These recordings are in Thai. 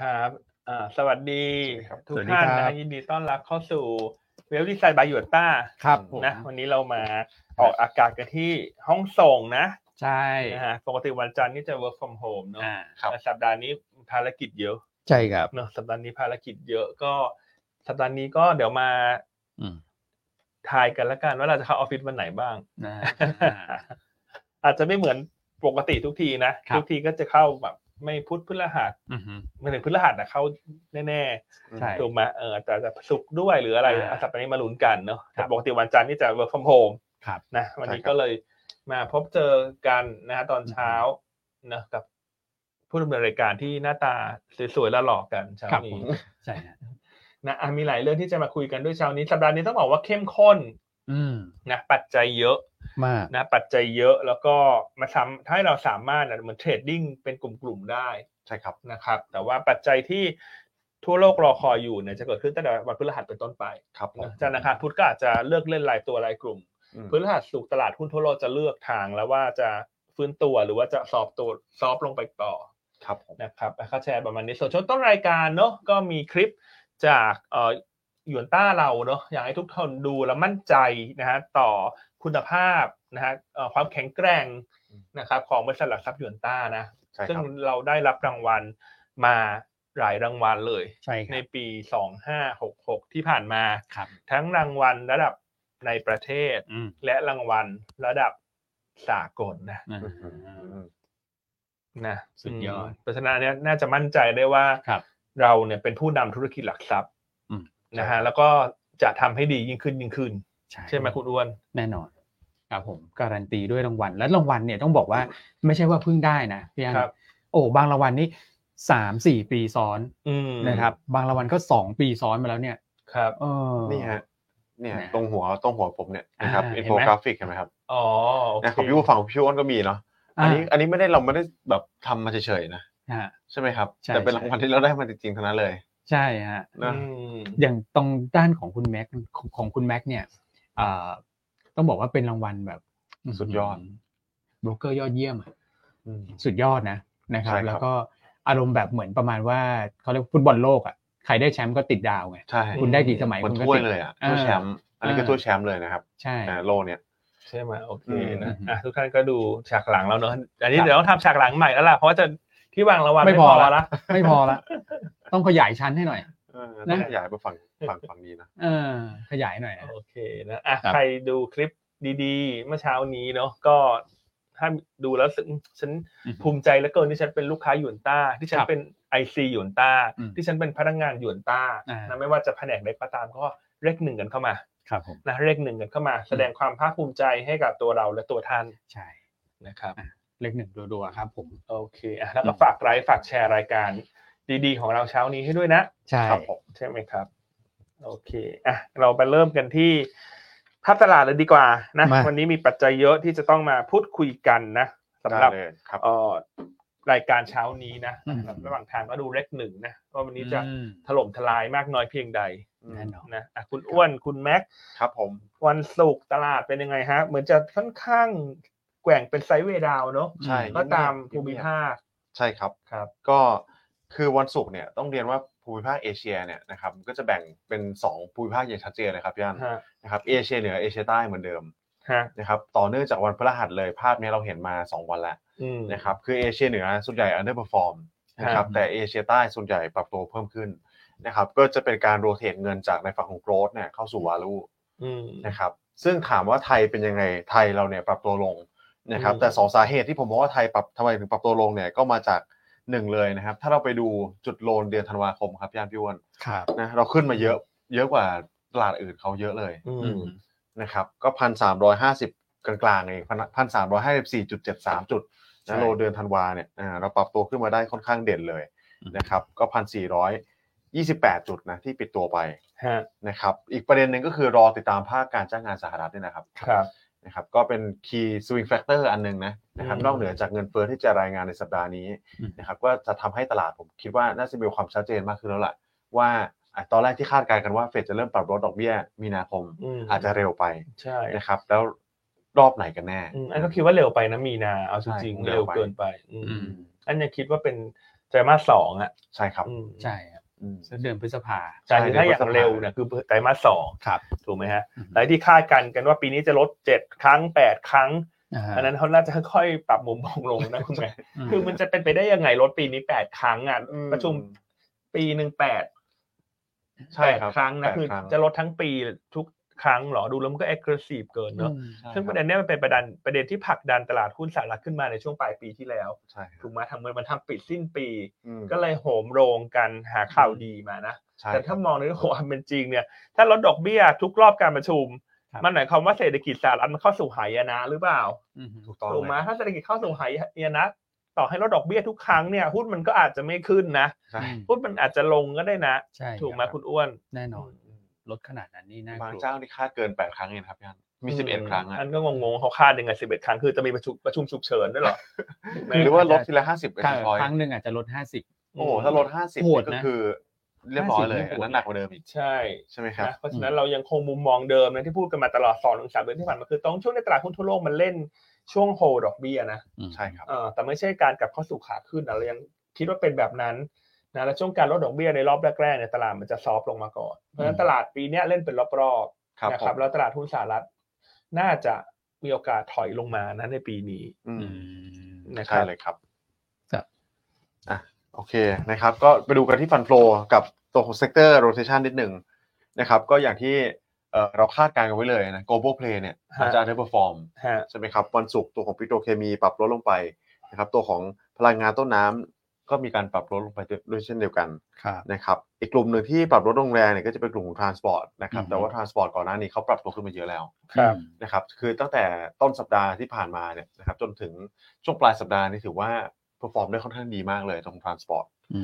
ครับอ่าสวัสดี สวัสดีครับ ทุก สวัสดี ท่าน ครั นะ บ ยินดีต้อนรับเข้าสู่เวลดีไซน์บายหยวนต้า ครับผม นะวันนี้เรามาออกอากาศกันที่ห้องส่งนะ ใช่ นะฮะปกติวันจันทร์นี่จะ work from home เนอะ อ่า ครับ แต่สัปดาห์นี้ภารกิจเยอะ ใช่ครับ เนอะสัปดาห์นี้ภารกิจเยอะก็สัปดาห์นี้ก็เดี๋ยวมา อืม ทายกันละกันว่าเราจะเข้าออฟฟิศวันไหนบ้าง นะ อาจจะไม่เหมือนปกติทุกทีนะครับ ทุกทีก็จะเข้าแบบไม่พุธพฤหัส อือหือ ไม่ถึงพฤหัสนะเข้าแน่ๆ ใช่ ถูกไหมเออแต่จะสุกร์ด้วยหรืออะไร อ่า อ่ะสัปดาห์นี้มาลุ้นกันเนาะ ครับ ปกติวันจันทร์นี่จะ work from home ครับ นะวันนี้ ใช่ครับ ก็เลยมาพบเจอกันนะฮะตอนเช้านะกับผู้ดำเนินรายการที่หน้าตาสวยๆและหล่อกันเช้า ครับผ นี้ มใช่ฮะ นะอ่ะมีหลายเรื่องที่จะมาคุยกันด้วยเช้านี้สัปดาห์นี้ต้องบอกว่าเข้มข้น อืม นะปัจจัยเยอะ มาก นะปัจจัยเยอะแล้วก็มาทำให้เราสามารถนะเหมือนเทรดดิ้งเป็นกลุ่มๆได้ ใช่ครับ นะครับแต่ว่าปัจจัยที่ทั่วโลกรอคอยอยู่เนี่ยจะเกิดขึ้นตั้งแต่วันพฤหัสเป็นต้นไป ครับผม นะจันทร์อังคารพุธก็อาจจะเลือกเล่นรายตัวรายกลุ่ม อืม พฤหัสสุกร์ตลาดหุ้นทั่วโลกจะเลือกทางแล้วว่าจะฟื้นตัวหรือว่าจะสอบตัวซอฟต์ลงไปต่อ ครับผม นะครับอ่ะก็แชร์ประมาณนี้ส่วนช่วงต้นรายการเนาะก็มีคลิปจากเอ่อหยวนต้าเราเนาะอยากให้ทุกคนดูแล้วมั่นใจนะฮะต่อคุณภาพนะฮะเอ่อความแข็งแกร่งนะครับของบริษัทหลักทรัพย์หยวนต้านะ ใช่ ซึ่ง ครับ เราได้รับรางวัลมาหลายรางวัลเลย ใช่ค ใน รับ ปี 2566 ที่ผ่านมา ครับ ทั้งรางวัลระดับในประเทศ อืม และรางวัลระดับสากลนะ นะ นะ สุดยอมดเพราะฉะนั้นเนยน่าจะมั่นใจได้ว่า ครับ เราเนี่ยเป็นผู้นำธุรกิจหลักทรัพย์ อืม นะฮะแล้วก็จะทำให้ดียิ่งขึ้นยิ่งขึ้น ใช่ไหมคุณอ้วน แน่นอนครับผมการันตีด้วยรางวัลและรางวัลเนี่ยต้องบอกว่าไม่ใช่ว่าเพิ่งได้นะพี่อัน ครับ โอ้บางรางวัลนี่สามสี่ปีซ้อน อืม นะครับ บางรางวัลก็สองปีซ้อนมาแล้วเนี่ย ครับ เออ นี่ฮะ เนี่ย นะ ตรงหัวตรงหัวผมเนี่ย อ่าน นะครับ เห็ อิ น น ไหม โฟกราฟิกเห็นไหมครับ อ๋อโอเค นะของพี่ผู้ฟังของพี่อ้วนก็มีเนาะ อันนี้อันนี้ไม่ได้เราไม่ได้แบบทำมาเฉยๆนะ อ่าฮะ ใช่ไหมครับ ใช่ แต่เป็นรางวัลที่เราได้มาจริงๆทั้งนั้นเลย ใช่ฮะ นะ อืม อย่างตรงด้านของคุณแม็กของของคุณแม็กเนี่ยอ่าต้องบอกว่าเป็นรางวัลแบบ สุดยอด โบรกเกอร์ยอดเยี่ยมอะ อืม สุดยอดนะนะครับ ใช่ครับ แล้วก็อารมณ์แบบเหมือนประมาณว่าเขาเรียกฟุตบอลโลกอ่ะใครได้แชมป์ก็ติดดาวไง ใช่ คุณได้กี่สมัย เหมือน คุณก็ ถ้วย ติด เลยอ่ะ อ่า ถ้วยแชมป์อันนี้ก็ อ่า ถ้วยแชมป์เลยนะครับ ใช่ อ่าโลเนี่ย ใช่ไหมโอเค อื นะ ม อ่ะทุกท่านก็ดูฉากหลังแล้วเนอะอันนี้ ครับ เดี๋ยวต้องทำฉากหลังใหม่แล้วล่ะเพราะว่าจะที่วางรางวัล ไม่ ไม่ พ พ อ อ ละ ละ ไม่พอละ ต้องขยายชั้นให้หน่อย เออต้อง นะ ขยายไปฝั่งฝั่งฝั่งนี้นะ เออ ขยายหน่อยนะ โอเคนะอ่ะ ครับ ใครดูคลิปดีๆ เมื่อเช้านี้เนาะก็ถ้าดูแล้วรู้สึกฉันภูมิใจเหลือเกินที่ฉันเป็นลูกค้าหยวนต้า ที่ฉัน ครับ เป็นไอซีหยวนต้า อืม ที่ฉันเป็นพนักงานหยวนต้า อ่าน นะไม่ว่าจะแผนกใดก็ตามก็เลขหนึ่งกันเข้ามา ครับผม นะเลขหนึ่งกันเข้ามา แสดงความภาคภูมิใจให้กับตัวเราและตัวท่าน ใช่ นะครับ เลขหนึ่งรัวๆครับ ผม โอเคอ่ะแล้วก็ฝากไลค์ฝากแชร์รายการดีๆ ของเราเช้านี้ให้ด้วยนะ ใช่ ครับผมใช่ไหมครับ โอเคอ่ะเราไปเริ่มกันที่ภาพตลาดเลยดีกว่านะ มา วันนี้มีปัจจัยเยอะที่จะต้องมาพูดคุยกันนะสำหรับ ได้เลยครับ เอ่อรายการเช้านี้นะ อืม ระหว่างทางก็ดูเลขหนึ่งนะว่าวันนี้จะ อืม ถล่มทลายมากน้อยเพียงใด แน่นอน นะอ่ะคุณอ้วนคุณแม็ก ครับผม วันศุกร์ตลาดเป็นยังไงฮะ เหมือนจะค่อนข้างแกว่งเป็นไซด์เวย์ดาวน์เนาะ ใช่ ก็ตามภูมิภาค ใช่ครับ ครับ ก็คือวันศุกร์เนี่ยต้องเรียนว่าภูมิภาคเอเชียเนี่ยนะครับก็จะแบ่งเป็น 2 ภูมิภาคอย่างชัดเจนเลยครับย่าน ฮะ นะครับเอเชียเหนือเอเชียใต้เหมือนเดิม ฮะ นะครับต่อเนื่องจากวันพฤหัสเลยภาพเนี้ยเราเห็นมา 2 วันแล้ว อืม นะครับคือเอเชียเหนือส่วนใหญ่ underperform นะค ครั รั บบ แต่เอเชียใต้ส่วนใหญ่ปรับตัวเพิ่มขึ้นนะครับก็จะเป็นการโรเตทเงินจากในฝั่งของ growth เนี่ยเข้าสู่ value อืม นะครับซึ่งถามว่าไทยเป็นยังไงไทยเราเนี่ยปรับตัวลงนะครับ อืม แต่สองสาเหตุที่ผมบอกว่าไทยปรับทำไมถึงปรับตัวลงเนี่ยก็มาจากหนึ่งเลยนะครับ ถ้าเราไปดูจุดโลนเดือนธันวาคมครับย่านพี่อ้วน ครับ นะเราขึ้นมาเยอะเยอะกว่าตลาดอื่นเขาเยอะเลย อืม นะครับก็พันสามร้อยห้าสิบกลางๆเองพันสามร้อยห้าสิบสี่จุดเจ็ดสามจุด ใช่ นะโลนเดือนธันวาเนี่ยอ่าเราปรับตัวขึ้นมาได้ค่อนข้างเด่นเลยนะครับก็พันสี่ร้อยยี่สิบแปดจุดนะที่ปิดตัวไป ฮะ นะครับอีกประเด็นหนึ่งก็คือรอติดตามภาคการจ้างงานสหรัฐเนี่ยนะครับ ครับ นะครับก็เป็น key swing factor อันหนึงนะนะครับ อืม นอกเหนือจากเงินเฟ้อที่จะรายงานในสัปดาห์นี้ อืม นะครับก็จะทำให้ตลาดผมคิดว่าน่าจะมีความชัดเจนมากขึ้นแล้วล่ะว่าอ่ะตอนแรกที่คาดการณ์กันว่าเฟดจะเริ่มปรับลดดอกเบี้ยมีนาคม ม อาจจะเร็วไป ใช่ นะครับแล้วรอบไหนกันแน่ อืมอันก็คิดว่าเร็วไปนะมีนา เอาจริงๆใช่เร็วเกินไป อืม อืม อันยังคิดว่าเป็น ไตรมาสสองอ่ะ ใช่ครับ อืม ใช่ครับ อืม เดือนพฤษภา ใช่คือถ้าอย่าง ใช่ เร็วเนี่ยคือไตรมาสสอง ครับ ถูกไหมฮะ อืม หลายที่คาดกันกันว่าปีนี้จะลดเจ็ดครั้งแปดครั้ง นะฮะ อันนั้นเขาน่าจะค่อยๆปรับมุมมองลงนะคุณแม่ อืม คือมันจะเป็นไปได้ยังไงลดปีนี้แปดครั้งอ่ะ อืม ประชุมปีหนึ่งแปด ใช่ แปด รับ ครั้งนะ แปด คือ รั้ง จะลดทั้งปีทุกครั้งเหรอดูแล้วมันก็ aggressive เกินเนอะ ใช่ ซึ่ง ค ป รับ ระเด็นเนี้ยมันเป็นประเด็นประเด็นที่ผลักดันตลาดหุ้นสหรัฐขึ้นมาในช่วงปลายปีที่แล้ว ใช่ครับ ถูกไหมทางเมืองมันทำปิดสิ้นปี อืม ก็เลยโหมโรงกันหาข่าวดีมานะ ใช่ แต่ถ้า ครับ มองในเรื่องของความเป็นจริงเนี่ย ถ้าลดดอกเบี้ยทุกรอบการประชุม ครับ มันหมายความว่าเศรษฐกิจสหรัฐมันเข้าสู่หายนะหรือเปล่า อืม ถูกต้อง ถูกไหม เลย ถ้าเศรษฐกิจเข้าสู่หายนะ ต่อให้ลดดอกเบี้ยทุกครั้งเนี่ยหุ้นมันก็อาจจะไม่ขึ้นนะ ใช่ หุ้นมันอาจจะลงก็ได้นะ ใช่ ถูกไหม รับ คุณอ้วน แน่นอนลดขนาดนั้นนี่น่า บาง กลัว เจ้าที่คาดเกินแปดครั้งเองนะครับพี่อันมีสิบเอ็ดครั้งอะ อันก็งงๆเขาคาดยังไงสิบเอ็ดครั้งคือจะมีประชุมประชุมฉุกเฉินด้วยเหรอ หรือว่าลดทีละห้าสิบเปอร์ ค เซ็นต์ รั้งหนึ่งอาจจะลดห้าสิบ โอ้โหถ้าลดห้าสิบ โหด ก็ นะ คือ เรียบร้อยเลย 50 อันนั้นหนักกว่าเดิมอีก ใช่ ใช่ไหมครับ นะเพราะฉะนั้นเรายังคงมุมมองเดิมนะที่พูดกันมาตลอดสองถึงสามเดือนที่ผ่านมาคือต้องช่วงในตลาดหุ้นทั่วโลกมันเล่นช่วงโฮดอกเบี้ยนะ ใช่ครับ เออแต่ไม่ใช่การกลับเข้าสู่ขาขึ้นนะเรายังคิดว่าเป็นแบบนั้นนะแล้วช่วงการลดดอกเบี้ยในรอบแรกๆเนี่ยตลาดมันจะซอฟต์ลงมาก่อนเพราะฉะนั้น อืม ตลาดปีเนี้ยเล่นเป็นรอบ ครับ ๆนะ ผ ครับ ม แล้วตลาดหุ้นสหรัฐน่าจะมีโอกาสถอยลงมานะในปีนี้ อืม อืม นะค ใช่ รับ เลยครับ ครับ อ่ะโอเคนะครับ ก็ไปดูกันที่ฟันโฟลกับตัวของเซกเตอร์โรเ t ชันนิดหนึ่งนะครับ ก็อย่างที่เอ่อเราคาดการณ์กันไว้เลยนะ global play เนี่ยอาจจะ underperform ฮะ ใช่ไหมครับ วันศุกร์ตัวของปิโตรเคมีปรับลดลงไปนะครับ ตัวของพลังงานต้นน้ำก็มีการปรับลดลงไปด้วยเช่นเดียวกัน ครับ นะครับ อีกกลุ่มหนึ่งที่ปรับลดลงแรงเนี่ยก็จะเป็นกลุ่มของ transport นะครับ อืม แต่ว่า transport ก่อนหน้านี้เขาปรับตัวขึ้นมาเยอะแล้ว ครับ นะครับคือตั้งแต่ต้นสัปดาห์ที่ผ่านมาเนี่ยนะครับจนถึงช่วงปลายสัปดาห์นี่ถือว่าเพอร์ฟอร์มได้ค่อนข้างดีมากเลยตรงทรานสปอร์ต อื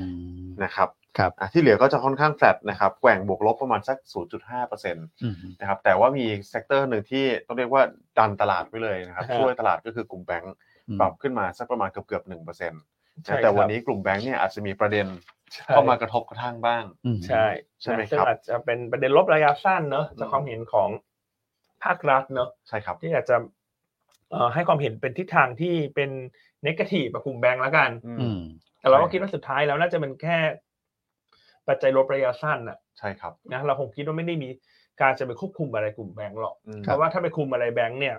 ม นะครับ ครับ อ่ะที่เหลือก็จะค่อนข้างแฟลตนะครับแกว่งบวกลบประมาณสัก 0.5%น อืม ะครับแต่ว่ามีเซกเตอร์หนึ่งที่ต้องเรียกว่าดันตลาดไปเลยนะครับช่วยตลาดก็คือกลุ่มแบงก์ปรับขึ้นมาสักประมาณเกือบเกือบหนึ่งเปอร์เซ็นต์ ใช่ครับ แต่วันนี้กลุ่มแบงก์เนี่ยอาจจะมีประเด็น ใช่ เข้ามากระทบกระทั่งบ้าง ใช่ ใช่ไหม นะซึ่ง ครับ อาจจะเป็นประเด็นลบระยะสั้นเนอะจากความเห็นของภาครัฐเนอะ ใช่ครับ ที่อาจจะเอ่อให้ความเห็นเป็นทิศทางที่เป็นนกาทีฟกับกลุ่มแบงก์แล้วกัน อืม อืม แต่เราก็คิดว่าสุดท้ายแล้วน่าจะเป็นแค่ปัจจัยลบระยะสั้นนะ ใช่ครับ นะเราคงคิดว่าไม่ได้มีการจะไปควบคุมอะไรกลุ่มแบงก์หรอก อืม เพราะว่าถ้าไปคุมอะไรแบงก์เนี่ย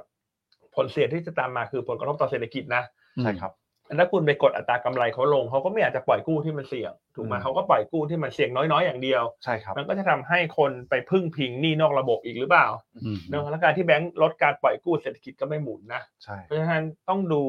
ผลเสียที่จะตามมาคือผลกระทบต่อเศรษฐกิจนะ ใช่ครับ ถ้าคุณไปกดอัตรากำไรเขาลงเขาก็ไม่อยากจะปล่อยกู้ที่มันเสี่ยงถูกไหม อืม เขาก็ปล่อยกู้ที่มันเสี่ยงน้อยๆอย่างเดียว ใช่ครับ มันก็จะทำให้คนไปพึ่งพิงหนี้นอกระบบอีกหรือเปล่า อืม เนื่องจากการที่แบงก์ลดการปล่อยกู้เศรษฐกิจก็ไม่หมุนนะ ใช่ เพราะฉะนั้นต้องดู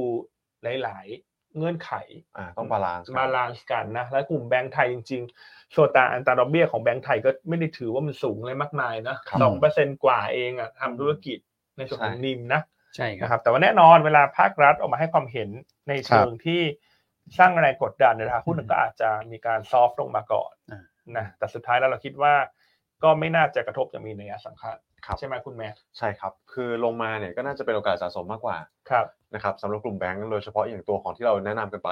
หลาย ๆ เงื่อนไข อ่าต้องบาลานซ์ บาลานซ์กันนะ และกลุ่มแบงก์ไทยจริงๆโซตาอันตราดอกเบี้ยของแบงก์ไทยก็ไม่ได้ถือว่ามันสูงเลยมากมายนะครับ สองเปอร์เซ็นกว่าเองอะทำธุรกิจในส่วนของนิมนะ ใช่ค นะครัรับ บ แต่ว่าแน่นอนเวลาภาครัฐออกมาให้ความเห็นในเชิงที่สร้างแรงกดดันในราคาหุ้น อืม ก็อาจจะมีการซอฟต์ลงมาก่อน อ่า นะแต่สุดท้ายแล้วเราคิดว่าก็ไม่น่าจะกระทบอย่างมีนัยสำคัญ ครับ ใช่ไหมคุณแม่ ใช่ครับ คือลงมาเนี่ยก็น่าจะเป็นโอกาสสะสมมากกว่า ครับ นะครับสำหรับกลุ่มแบงก์โดยเฉพาะอย่างตัวของที่เราแนะนำกันไป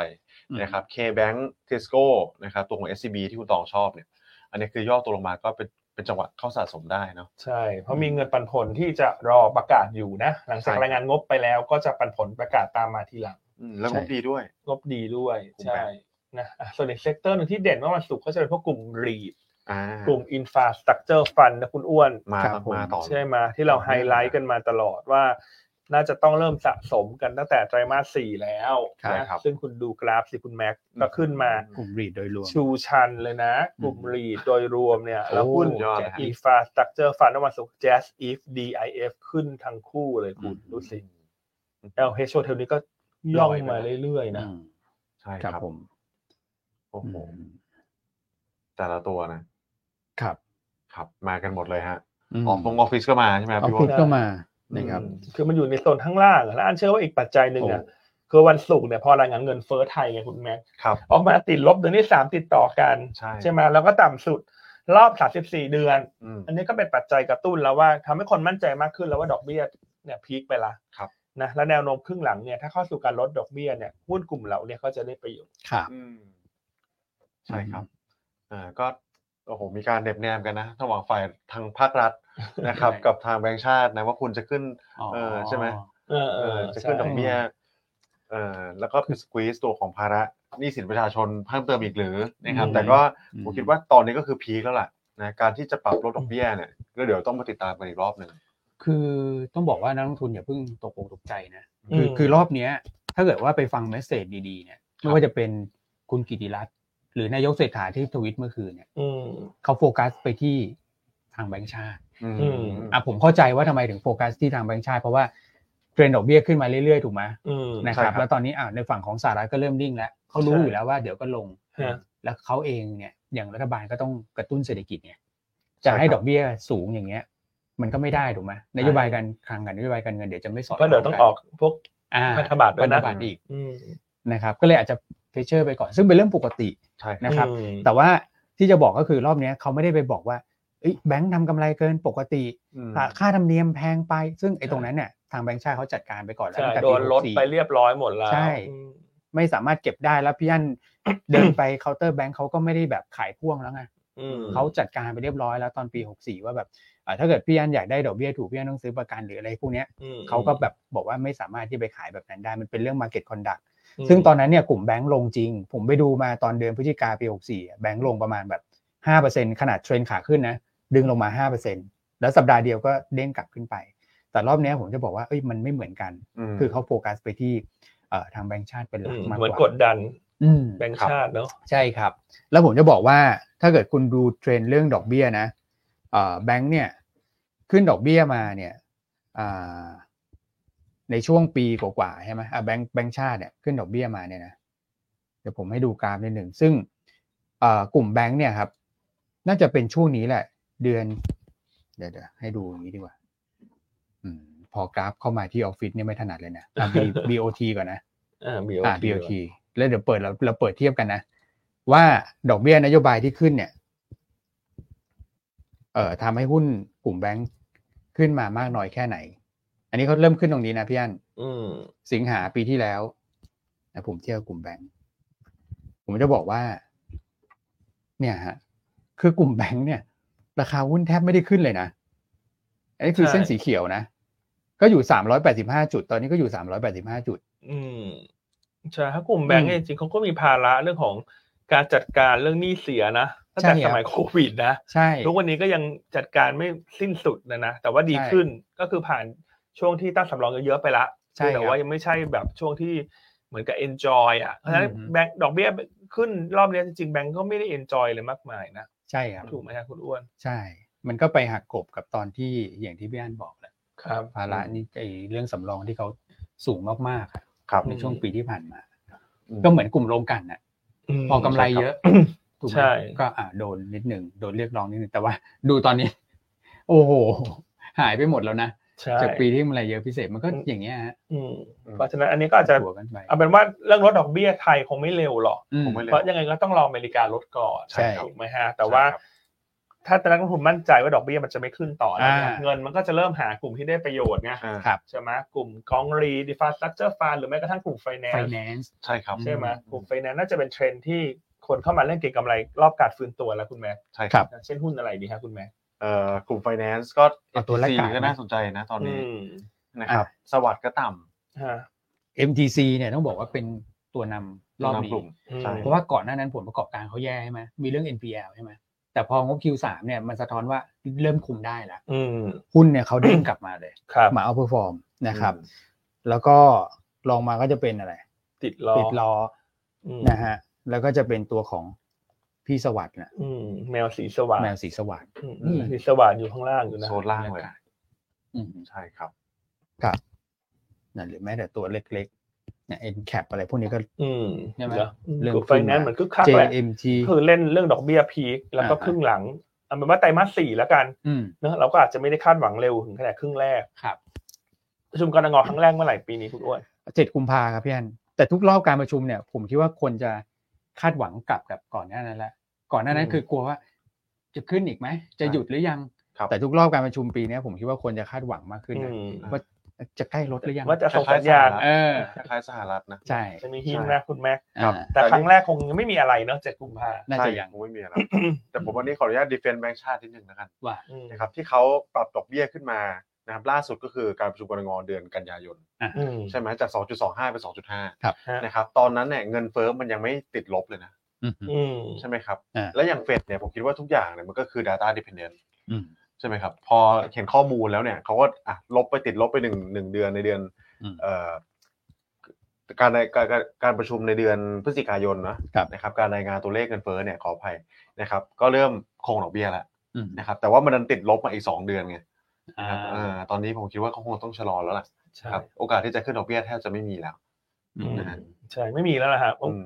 นะครับ K-Bank Tesco นะครับตัวของ SCB ที่คุณตองชอบเนี่ยอันนี้คือย่อตัวลงมาก็เป็นเป็นจังหวะเข้าสะสมได้เนาะ ใช่ เพราะมี อืม เงินปันผลที่จะรอประกาศอยู่นะ หลังจาก ใช่ รายงานงบไปแล้วก็จะปันผลประกาศตามมาทีหลัง อืมแล้วก็ ใช่ ดีด้วย งบดีด้วย กลุ่ม ใช่ แบงค์ นะอ่ะส่วนอีกเซกเตอร์หนึ่งที่เด่นเมื่อวันศุกร์ก็จะเป็นพวกกลุ่มรีด อ่าก ลุ่ม Infrastructure Fund นะคุณอ้วน มา ครับผม มาต่อ ใช่ไหมที่เรา ต่อ ไฮ เนื่อง ไลท์กันมาตลอดว่า น่าจะต้องเริ่มสะสมกันตั้งแต่ไตรมาสสี่แล้ว ครับ นะครับ ซึ่งคุณดูกราฟสิคุณแม็กซ์ อืม ก็ขึ้นมา กลุ่มรีดโดยรวม ชูชันเลยนะ กลุ่ม อืม รีดโดยรวมเนี่ย แล้วหุ้น สุดยอดนะฮะ อินฟราสตรักเจอร์ฟันน้ำมันสุก Jazz If DIF ขึ้นทั้งคู่เลยคุณดูสิ LH Hotel นี้ก็ย่องมาเรื่อยๆนะ อืม ใช่ ค ค รั รั บบ ผม โอ้โห อืม แต่ละตัวนะครับครับ มากันหมดเลยฮะ ม ออกตรงออฟฟิศก็มาใช่ไหม ออครับ ฟ พี่ ฟิ ว ศ น ก็มา อืม นะครับ คือมันอยู่ในโซนข้างล่างอะแล้วอันเชื่อว่าอีกปัจจัยหนึ่งอ่ะ โอ้ คือวันศุกร์เนี่ยพอรายงานเงินเฟ้อไทยไงคุณแม็ก ครับ ออกมาติดลบเดือนที่สามติดต่อกัน ใช่ ไหมแล้วก็ต่ำสุดรอบ34เดือน อืม อันนี้ก็เป็นปัจจัยกระตุ้นแล้วว่าทำให้คนมั่นใจมากขึ้นแล้วว่าดอกเบี้ยเนี่ยพีคไปละ ครับ นะแล้วแนวโน้มครึ่งหลังเนี่ยถ้าเข้าสู่การลดดอกเบี้ยเนี่ยหุ้นกลุ่มเราเนี่ยก็จะได้ประโยชน์ ครับ อืมใช่ครับอ่าก็โอ้โหมีการเด็บแนมกันนะระหว่างฝ่ายทางภาครัฐนะครับ ใช่ กับทางแบงก์ชาตินะว่าคุณจะขึ้น เออใช่ไหม เออ เอ เอ อ อ จะขึ้นดอกเบี้ยเออแล้วก็คือสควีซตัวของภาระ หนี้สินประชาชนเพิ่มเติมอีกหรือนะครับ อืม แต่ก็ อื ผมคิดว่าตอนนี้ก็คือพีคแล้วล่ะนะการที่จะปรับลดดอกเบี้ยเนี่ยก็เดี๋ยวต้องมาติดตามกันอีกรอบหนึ่ง คือต้องบอกว่านักลงทุนอย่าเพิ่งตกอกตกใจนะ อื คือ ม คือรอบเนี้ย ถ้าเกิดว่าไปฟังเมสเซจดีๆเนี่ยไม่ว่าจะเป็นคุณกิติรัตน์หรือนายกเศรษฐาที่ทวิตเมื่อคืนเนี่ย อืม เขาโฟกัสไปที่ทางแบงก์ชาติ อืม อ่ะผมเข้าใจว่าทำไมถึงโฟกัสที่ทางแบงก์ชาติ เพราะว่าเทรนด์ดอกเบี้ยขึ้นมาเรื่อยๆถูกไหม อืม นะ ใช่ ค ครั รับ บ แล้วตอนนี้อ่ะในฝั่งของสหรัฐก็เริ่มนิ่งแล้วเขารู้ ใช่ อยู่แล้วว่าเดี๋ยวก็ลง ฮะ แล้วเขาเองเนี่ยอย่างรัฐบาลก็ต้องกระตุ้นเศรษฐกิจเนี่ยจะให้ดอกเบี้ยสูงอย่างเงี้ย มันก็ไม่ได้ถูกไหมนโยบายการคลังกับนโยบายการเงินเดี๋ยวจะไม่สอด ก็เดี๋ยวต้องออกพวก อ่า พันธบัตรด้ พั วน ย ธ นะ บัตรอีก อืม นะครับก็เลยอาจจะเฟเชอร์ไปก่อน ซึ่งเป็นเรื่องปกติ ใช่ นะครับ อืม แต่ว่าที่จะบอกก็คือรอบเนี้ยเขาไม่ได้ไปบอกว่าเอ้ยแบงค์ทำกำไรเกินปกติ อืม ค่าธรรมเนียมแพงไป ซึ่งไอ้ ใช่ ตรงนั้นเนี่ยทางแบงค์ชาติเขาจัดการไปก่อนแล้ว ใช่ ตั้งแต่ โด ปี นลดไป 64 เรียบร้อยหมดแล้ว ใช่ อืม ไม่สามารถเก็บได้แล้วพี่อัน เดินไปเคาน์เตอร์แบงค์เขาก็ไม่ได้แบบขายพ่วงแล้วไง อืม ม เขาจัดการไปเรียบร้อยแล้วตอนปี 64 ว่าแบบอ่าถ้าเกิดพี่อันอยากได้ดอกเบี้ยถูกพี่อันต้องซื้อประกันหรืออะไรพวกเนี้ย อืม เขาก็แบบบอกว่าไม่สามารถที่ไปขายแบบนั้นได้มันเป็นเรื่อง market conduct ม ซึ่งตอนนั้นเนี่ยกลุ่มแบงก์ลงจริง ผมไปดูมาตอนเดือนพฤศจิกาปี 64อะแบงก์ลงประมาณแบบ 5%ขนาดเทรนขาขึ้นนะ ดึงลงมา 5%แล้วสัปดาห์เดียวก็เด้งกลับขึ้นไป แต่รอบเนี้ยผมจะบอกว่าเอ้ยมันไม่เหมือนกัน ม คือเขาโฟกัสไปที่เอ่อทางแบงก์ชาติเป็นหลักมาก เห ก มือน ว่าก ดดัน อืม แบงค์ ครับ ชาติเนาะ ใช่ครับ แล้วผมจะบอกว่าถ้าเกิดคุณดูเทรนเรื่องดอกเบี้ยนะเอ่อแบงก์เนี่ยขึ้นดอกเบี้ยมาเนี่ยอ่าในช่วงปีกว่าๆใช่ไหมอ่ะแบงก์แบงก์ชาติเนี่ยขึ้นดอกเบี้ยมาเนี่ยนะเดี๋ยวผมให้ดูกราฟนิดหนึ่งซึ่งเอ่อกลุ่มแบงก์เนี่ยครับ น่าจะเป็นช่วงนี้แหละ เดือน เดี๋ยวเดี๋ยวให้ดูอย่างนี้ดีกว่า อืม พอกราฟเข้ามาที่ออฟฟิศเนี่ยไม่ถนัดเลยนะอ่ะ B- BOT ก่อนนะ อ่า อ่า BOT แล้วเดี๋ยวเปิดเราเราเปิดเทียบกันนะ ว่าดอกเบี้ยนโยบายที่ขึ้นเนี่ย เอ่อทำให้หุ้นกลุ่มแบงค์ขึ้นมามากน้อยแค่ไหน อันนี้เขาเริ่มขึ้นตรงนี้นะพี่อัน อืม สิงหาปีที่แล้วนะผมเทียบกลุ่มแบงค์ผมจะบอกว่า เนี่ยฮะคือกลุ่มแบงค์เนี่ย ราคาหุ้นแทบไม่ได้ขึ้นเลยนะอันนี้คือ ใช่ เส้นสีเขียวนะ ก็อยู่สามร้อยแปดสิบห้าจุด ตอนนี้ก็อยู่สามร้อยแปดสิบห้าจุด อืมใช่ถ้ากลุ่มแบงก์เนี่ยจริงๆเขาก็มีภาระเรื่องของการจัดการเรื่องหนี้เสียนะตั้งแต่ ใช่ค ส รับ มัยโควิดนะ ใช่ ทุกวันนี้ก็ยังจัดการไม่สิ้นสุดนะนะแต่ว่าดี ใช่ ขึ้นก็คือผ่านช่วงที่ตั้งสำรองเยอะๆไปละ ใช่ครับ แต่ว่ายังไม่ใช่แบบช่วงที่เหมือนกับ enjoy อ่ะเพราะฉะนั้น อือฮึ แบงก์ดอกเบี้ยขึ้นรอบนี้จริงๆแบงก์ก็ไม่ได้ enjoy เลยมากมายนะ ใช่ครับ ถูกไหมครับคุณอ้วน ใช่ มันก็ไปหักกลบกับตอนที่อย่างที่พี่อันบอกแหละ ครับ ภาระนี่ไอ้เรื่องสำรองที่เขาสูงมากๆอะ ครับ ในช่วงปีที่ผ่านมา อืม ก็เหมือนกลุ่มโรงกลันน่ะ พอกำไรเยอะถูกไหม ใช่ ก็อ่ะโดนนิดหนึ่งโดนเรียกร้องนิดหนึ่งแต่ว่า ดูตอนนี้ โอ้โห หายไปหมดแล้วนะ ใช่ จากปีที่กำไรเยอะพิเศษมันก็ อืม อย่างเงี้ยฮะ อืมเพราะฉะนั้นอันนี้ก็อาจจะ ถัวกันไป เอาเป็นว่าเรื่องลดดอกเบี้ยไทยคงไม่เร็วหรอก อืม ผมไม่เลย เพราะยังไงก็ต้องรออเมริกาลดก่อน ใช่ครับ ถูกไหมฮะแต่ว่า ถ้าตลาดนักลงทุนมั่นใจว่าดอกเบี้ยมันจะไม่ขึ้นต่อแล้วเนี่ย อ่า เงินมันก็จะเริ่มหากลุ่มที่ได้ประโยชน์ไง อ่า ครับ ใช่ไหมกลุ่มกองรีดิฟาสตัคเจอร์ฟานหรือแม้กระทั่งกลุ่มไฟแนนซ์ finance ใช่ครับ ใช่ไหมกลุ่มไฟแนนซ์น่าจะเป็นเทรนด์ที่คนเข้ามาเล่นเก็งกำไรรอบการฟื้นตัวแล้วคุณแม่ ใช่ ค ค รั รับ บ เช่นหุ้นอะไรดีครับคุณแม่ เอ่อกลุ่มไฟแนนซ์ก็ เอาตัวแรก FTC ก่อน ก็น่าสนใจนะตอน อื นี้ ม นะครับ สวัสด์ก็ต่ ฮะ MTC เนี่ยต้องบอกว่าเป็นตัวนำ ำ รอบ ก นี้ ลุ่ม ใช่ เพราะว่าก่อนหน้านั้นผลประกอบการเขาแย่ใช่ไหมมีเรื่อง NPL ใช่ไหมแต่พองบ Q3 เนี่ยมันสะท้อนว่าเริ่มคุมได้แล้ว อืม หุ้นเนี่ยเขาเด้งกลับมาเลย ครับ มาเอาเพอร์ฟอร์มนะครับ แล้วก็ลองมาก็จะเป็นอะไร ติดล้อ ติดล้อ อืม นะฮะ แล้วก็จะเป็นตัวของพี่สวัสด์นะ อืมแมวสีสว่าง แมวสีสวัสด์ อืม อืม สีสว่างอยู่ข้างล่างอยู่นะ โซนล่างเลย อืม ใช่ครับ ครับนะหรือแม้แต่ตัวเล็กๆเนี่ย NCAP อะไรพวกนี้ก็ อืม ใช่ไหม เนอะ เรื่อง กลุ่มไฟแนนซ์เหมือนคึกคักแหละ JMT คือเล่นเรื่องดอกเบี้ยพีคแล้วก็ อ่า ครึ่งหลังเอาเป็นว่าไตรมาสสี่แล้วกัน อืม เนอะเราก็อาจจะไม่ได้คาดหวังเร็วถึงขนาดครึ่งแรก ครับ ประชุมกรงงครั้งแรกเมื่อไหร่ปีนี้คุณอ้วน เจ็ดกุมภาครับพี่อันแต่ทุกรอบการประชุมเนี่ย ผมคิดว่าคนจะคาดหวังกลับกับก่อนหน้านั้นแล้วก่อนหน้านั้น อืม คือกลัวว่า จะขึ้นอีกไหม จะ ใช่ หยุดหรือยัง ครับ แต่ทุกรอบการประชุมปีเนี้ยผมคิดว่าคนจะคาดหวังมากขึ้นนะ อืม ว่าจะใกล้ลดหรือยัง ว่าจะส่งสัญญาณ คล้ายๆเออสหรัฐคล้ายๆสหรัฐนะ ใช่ จะมีหินนะคุณแม็ก ครับ อ่า แต่ครั้งแรกคงยังไม่มีอะไรเนาะเจ็ดกุมภา น่า ใช่ จะยัง คงไม่มี แล้วแต่ผมวันนี้ขออนุญาตดีเฟนต์แบงค์ชาตินิดนึงนะครับ ว่า อืม นะครับที่เขาปรับดอกเบี้ยขึ้นมา นะครับล่าสุดก็คือการประชุมกรงเดือนกันยายน อืม ใช่ไหมจาก 2.25 เป็น ฮะ 2.5 นะครับ ตอนนั้นเนี่ยเงินเฟ้อมันยังไม่ติดลบเลยนะ อืมอืม อืม ใช่ไหมครับ อ่า และอย่างเฟดเนี่ยผมคิดว่าทุกอย่างเนี่ยมันก็คือ data dependent อืม ใช่ไหมครับ พอเห็นข้อมูลแล้วเนี่ยเขาก็อ่ะลบไปติดลบไปหนึ่งหนึ่งเดือนในเดือน อืม เอ่อการรายการการการประชุมในเดือนพฤศจิกายนนะครับ นะครับ การรายงานตัวเลขเงินเฟ้อเนี่ยขออภัยนะครับ ก็เริ่มคงดอกเบี้ยแล้ว อืม นะครับ แต่ว่ามันดันติดลบมาอีกสองเดือนไง อ่า นะครับเออตอนนี้ผมคิดว่าเขาคงต้องชะลอแล้วล่ะ ใช่ ครับ โอกาสที่จะขึ้นดอกเบี้ยแทบจะไม่มีแล้ว อืม นะฮะ ใช่ไม่มีแล้วล่ะครับ อืม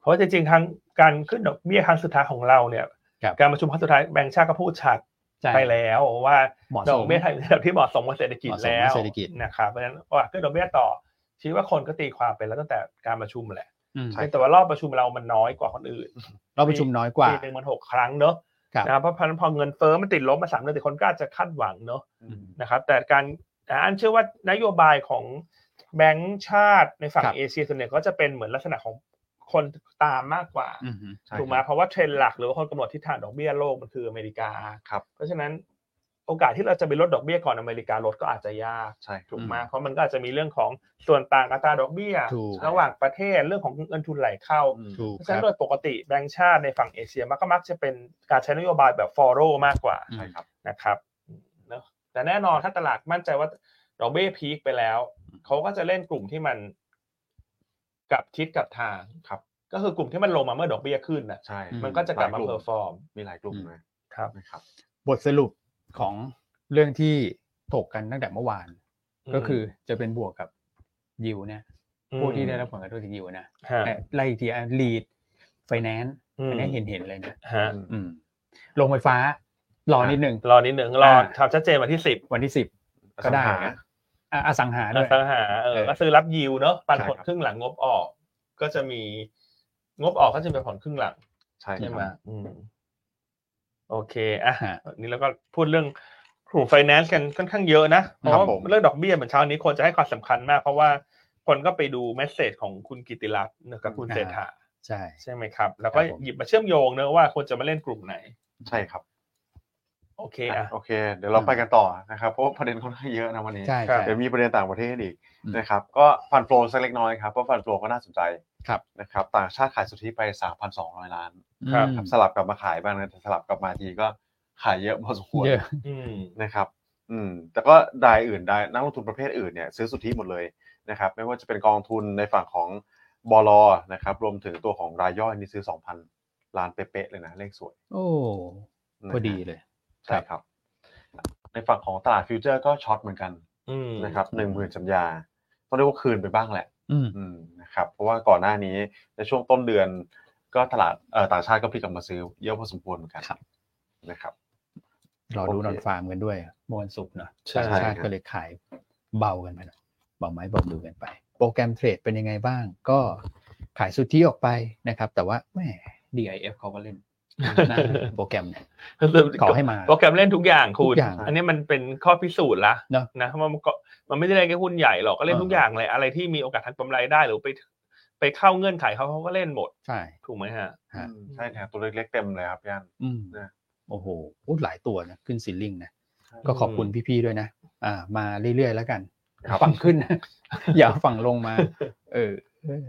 เพราะจริงๆครั้งการขึ้นดอกเบี้ยครั้งสุดท้ายของเราเนี่ย ครับ การประชุมครั้งสุดท้ายแบงก์ชาติก็พูดชัด ใช่ ไปแล้วว่า เหมาะ ด ส อก ม เบี้ยไทยอยู่ในระดับที่เหมาะสมกับเศรษฐกิจ เหมาะสมกับ แล้ว เศรษฐกิจ นะครับเพราะฉะนั้นว่าขึ้นดอกเบี้ยต่อชี้ว่าคนก็ตีความไปแล้วตั้งแต่การประชุมแหละ อืม ใช่ แต่ว่ารอบประชุมเรามันน้อยกว่าคนอื่น เราประชุมน้อยกว่า ปีหนึ่งมันหกครั้งเนอะ ครับ นะครับเพราะเพราะฉะนั้นพอเงินเฟ้อมันติดลบมาสามเดือนแต่คนก็อาจจะคาดหวังเนอะ อืม นะครับ แต่การแต่อันเชื่อว่านโยบายของแบงก์ชาติในฝั่ง ครับ เอเชียส่วนใหญ่ก็จะเป็นเหมือนลักษณะของคนตามมากกว่า อืมอืม ใช่ ถูกไหม ครับ เพราะว่าเทรนด์หลักหรือว่าคนกำหนดทิศทางดอกเบี้ยโลกมันคืออเมริกา ครับ เพราะฉะนั้นโอกาสที่เราจะไปลดดอกเบี้ยก่อนอเมริกาลดก็อาจจะยาก ใช่ครับ ถูกไหม อืม เพราะมันก็อาจจะมีเรื่องของส่วนต่างอัตราดอกเบี้ย ถูก ระหว่างประเทศเรื่องของเงินทุนไหลเข้า ถูก เพราะ ค ฉะ รั นั้นบโดยปกติแบงก์ชาติในฝั่งเอเชียมันก็มักจะเป็นการใช้นโยบายแบบฟอโรมากกว่า อืม ใช่ครับ นะครับเนอะแต่แน่นอนถ้าตลาดมั่นใจว่าดอกเบี้ยพีคไปแล้ว เขาก็จะเล่นกลุ่มที่มันกลับทิศกลับทาง ครับ ก็คือกลุ่มที่มันลงมาเมื่อดอกเบี้ยขึ้นน่ะ ใช่ อืม มันก็จะกลับมา หย เพอร์ฟอร์ม มีหลายกลุ่มนะ ครับ นะครับ บทสรุปของเรื่องที่ถกกันตั้งแต่เมื่อวาน ก็คือจะเป็นบวกกับยิวเนี่ย ม ผู้ที่ได้รับผลกระทบจากยิวนะ ฮะ แต่ไล่อีกทีอ่ะลีดไฟแนนซ์อันนี้เห็นเห็นๆเลยนะ ฮะ อืมโรงไฟฟ้า รอนิดหนึ่ง รอนิดหนึ่งรอ อ่า ข่าวชัดเจนวันที่สิบ วันที่สิบก็ได้นะอ่ะอสังหา อ ด้วย สังหาเออ เออ ก็ซื้อรับยิวเนอะปันผล ใช่ครับ ครึ่งหลังงบออก ก็จะมีงบออกก็จะเป็นผลครึ่งหลัง ใช่ ใช่ ค ไหม รับ อืมโอเค อ่ะ ฮะ วันนี้เราก็พูดเรื่องกลุ่มไฟแนนซ์กันค่อนข้างเยอะนะ เพราะว่าเรื่องดอกเบี้ยเหมือนเช้านี้ควรจะให้ความสำคัญมาก เพราะว่าคนก็ไปดูเมสเซจของคุณกิติรัตน์เนอะกับคุณเศรษฐา ใช่ ใช่ไหมครับ แล้วก็หยิบมาเชื่อมโยงเนอะว่าควรจะมาเล่นกลุ่มไหน ใช่ครับ โอเค อ่ะ อ่ะ โอเค เดี๋ยวเราไปกันต่อนะครับ เพราะว่าประเด็นค่อนข้างเยอะนะวันนี้ ใช่ ครั ใช่ บ เดี๋ยวมีประเด็นต่างประเทศอีก อืม นะครับ ก็ฟันโฟลสักเล็กน้อยครับ เพราะฟันโฟลก็น่าสนใจ ครับ นะครับ ต่างชาติขายสุทธิไป 3,200 ล้าน ครับ อืม ครับ สลับกลับมาขายบ้างนะแต่สลับกลับมาทีก็ขายเยอะพอสมควร เยอะ อืม นะครับ อืม แต่ก็รายอื่นได้นักลงทุนประเภทอื่นเนี่ยซื้อสุทธิหมดเลยนะครับ ไม่ว่าจะเป็นกองทุนในฝั่งของบลนะครับ รวมถึงตัวของรายย่อยนี่ซื้อ 2,000 ล้านเป๊ะๆเลยนะเลขสวย โอ้ นะ พอดีเลย ใช่ครับ ในฝั่งของตลาดฟิวเจอร์ก็ช็อตเหมือนกัน อืม นะครับหนึ่งหมื่นสัญญาต้องเรียกว่าคืนไปบ้างแหละ อืม อืมนะครับเพราะว่าก่อนหน้านี้ในช่วงต้นเดือนก็ตลาดเอ่อต่างชาติก็พลิกกลับมาซื้อเยอะพอสมควรเหมือนกัน ครับ นะครับ รอดู โอเคน อนฟาร์มกันด้วยเมื่อวันศุกร์เนาะ ใช่ ต่างชาติ ครับ ก็เลยขายเบากันไปหน่อยเบาไม้เบามือกันไป โปรแกรมเทรดเป็นยังไงบ้าง ก็ขายสุทธิออกไปนะครับ แต่ว่าแหม DIF เขาก็เล่นนะโปรแกรม เนี่ยขอให้มา โปรแกรมเล่นทุกอย่างคุณ ทุกอย่าง อันนี้มันเป็นข้อพิสูจน์ละ เนอะ นะเพราะว่ามันก็มันไม่ได้เล่นแค่หุ้นใหญ่หรอกก็เล่น เออ ทุกอย่างเลยอะไรที่มีโอกาสทำกำไรได้หรือไป ไปเข้าเงื่อนไขเขาเขาก็เล่นหมด ใช่ ถูกไหมฮะ ฮะ อืมใช่แถมตัวเล็กๆเต็มเลยครับย่าน อืม นะ โอ้โหโอ้หลายตัวนะขึ้นซิลลิงนะ ก็ขอบคุณพี่ๆด้วยนะ อ่า มาเรื่อยๆแล้วกัน ครับ ฝั่งขึ้น อย่าฝั่งลงมา เออเออ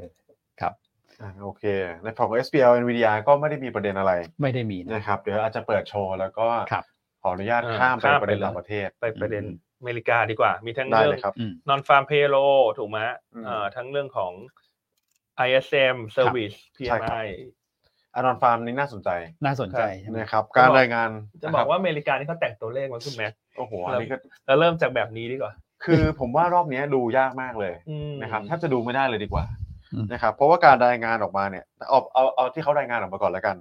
อ่าโอเค ในฝั่งของ SPL NVIDIA ก็ไม่ได้มีประเด็นอะไร ไม่ได้มีนะ นะครับเดี๋ยวอาจจะเปิดโชว์แล้วก็ ครับ ขออนุญาต อ่า ข้ามไป ข้ามไป ประเด็นต่างประเทศ ไปประเด็นอเมริกาดีกว่า มีทั้ง ได้ เรื่ เล อง ยครับ อืม นอนฟาร์มเพโลถูกไหม อืม เอ่อทั้งเรื่องของ ISM Service ใช่ครับ PMI อานอนฟาร์มนี่น่าสนใจ น่าสนใจใช่ไหม นะครับ การรายงาน จะบอก นครั ว่าอเมริกานี่เขาแต่งตัวเลขมาคุณแม็ก โอ้โหอันนี้ก็ เราเริ่มจากแบบนี้ดีกว่า คือผมว่ารอบเนี้ยดูยากมากเลย อืม นะครับแทบจะดูไม่ได้เลยดีกว่า อืม นะครับเพราะว่าการรายงานออกมาเนี่ยเอาเอาเอาที่เขารายงานออกมาก่อนแล้วกัน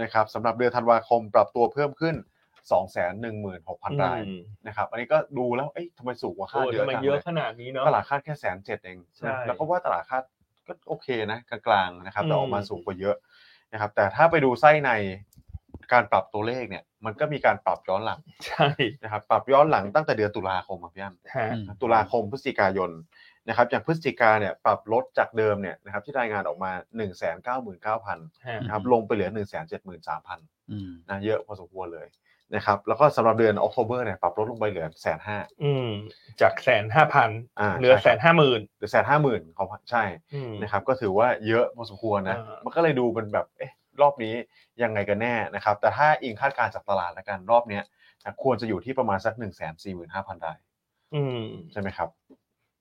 นะครับสำหรับเดือนธันวาคมปรับตัวเพิ่มขึ้น 2 1 6 0 0 0 ราย อืม นะครับอันนี้ก็ดูแล้วเอ๊ะทำไมสูงกว่าคาด โอ้ย เยอะ ทำไม จัง เยอะ เล ขนาดนี้เนาะ ยตลาดคาดแค่แสนเจ็ดเอง ใช่ นะแล้วก็ว่าตลาดคาดก็โอเคนะกลางๆนะครับแต่ออกมา อืม สูงกว่าเยอะนะครับแต่ถ้าไปดูไส้ในการปรับตัวเลขเนี่ยมันก็มีการปรับย้อนหลัง ใช่ นะครับปรับย้อนหลังตั้งแต่เดือนตุลาคมครับพี่อ้ํ ฮะ อืม ตุลาคมพฤศจิกายน นะครับอย่างพฤศจิกาเนี่ยปรับลดจากเดิมเนี่ยนะครับที่รายงานออกมา 1 9 9 0 0 0 ฮะ นะครับลงไปเหลือ 1 7 3 0 0 0 อืม นะเยอะพอสมควรเลยนะครับแล้วก็สำหรับเดือนออก o b e r เนี่ยปรับลดลงไปเหลือแสนห้า อืม จากแสนห้าพัน อ่า เหลือ ใช่ แส ครับ นห้าหมื่น หรือแสนห้าหมื่นเขาใช่ อืม นะครับก็ถือว่าเยอะพอสมควรนะ อ่ามั มันก็เลยดูเป็นแบบเอ๊ะรอบนี้ยังไงกันแน่นะครับแต่ถ้าอิงคาดการณ์จากตลาดละกันรอบเนี้ยนะควรจะอยู่ที่ประมาณสัก1นึ่งแสนสี่หมื่นห้าพันราย อืม ใช่ไหมครับ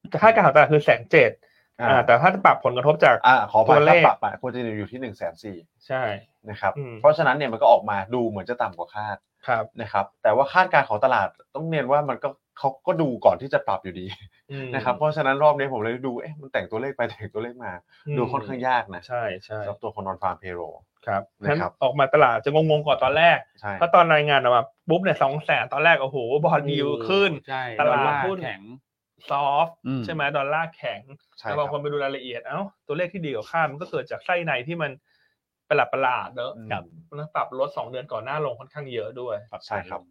แต่ค่าการของตลาดคือแสนเจ็ดอ่า แต่ถ้าจะปรับผลกระทบจาก อ่าขอไป ตัวเล ถ้า ข ปรับอ่ะควรจะอยู่ที่1นึ่งแสนสี่ ใช่ นะครับ อืม เพราะฉะนั้นเนี่ยมันก็ออกมาดูเหมือนจะต่ำกว่าคาด ครับ นะครับแต่ว่าคาดการณ์ของตลาดต้องเรียนว่ามันก็เขาก็ดูก่อนที่จะปรับอยู่ดี อืม นะครับเพราะฉะนั้นรอบนี้ผมเลยดูเอ๊ะมันแต่งตัวเลขไปแต่งตัวเลขมา ดูค่อนข้างยากนะ ใช่ใช่ สำหรับตัวของนอนฟาร์มเพโร ครับ นะ ฉะนั้น ครับ ออกมาตลาดจะงงๆก่อนตอนแรก ใช่ เพราะตอนรายงานออกมาปุ๊บเนี่ยสองแสนตอนแรกโอ้โหบอลยูขึ้น ใช่ ตลาด อร์ หุ้น แข็ง ซอฟต์ อืม ใช่ไหมดอลลาร์แข็ง ใช่ครับแต่าง บ คนไปดูรายละเอียดเอ้าตัวเลขที่ดีกว่าคาดมันก็เกิดจากไส้ในที่มันประหลาดประหลาดๆเนอะ อืม แล้วปรับลดสองเดือนก่อนหน้าลงค่อนข้างเยอะด้วย ใช่ครับ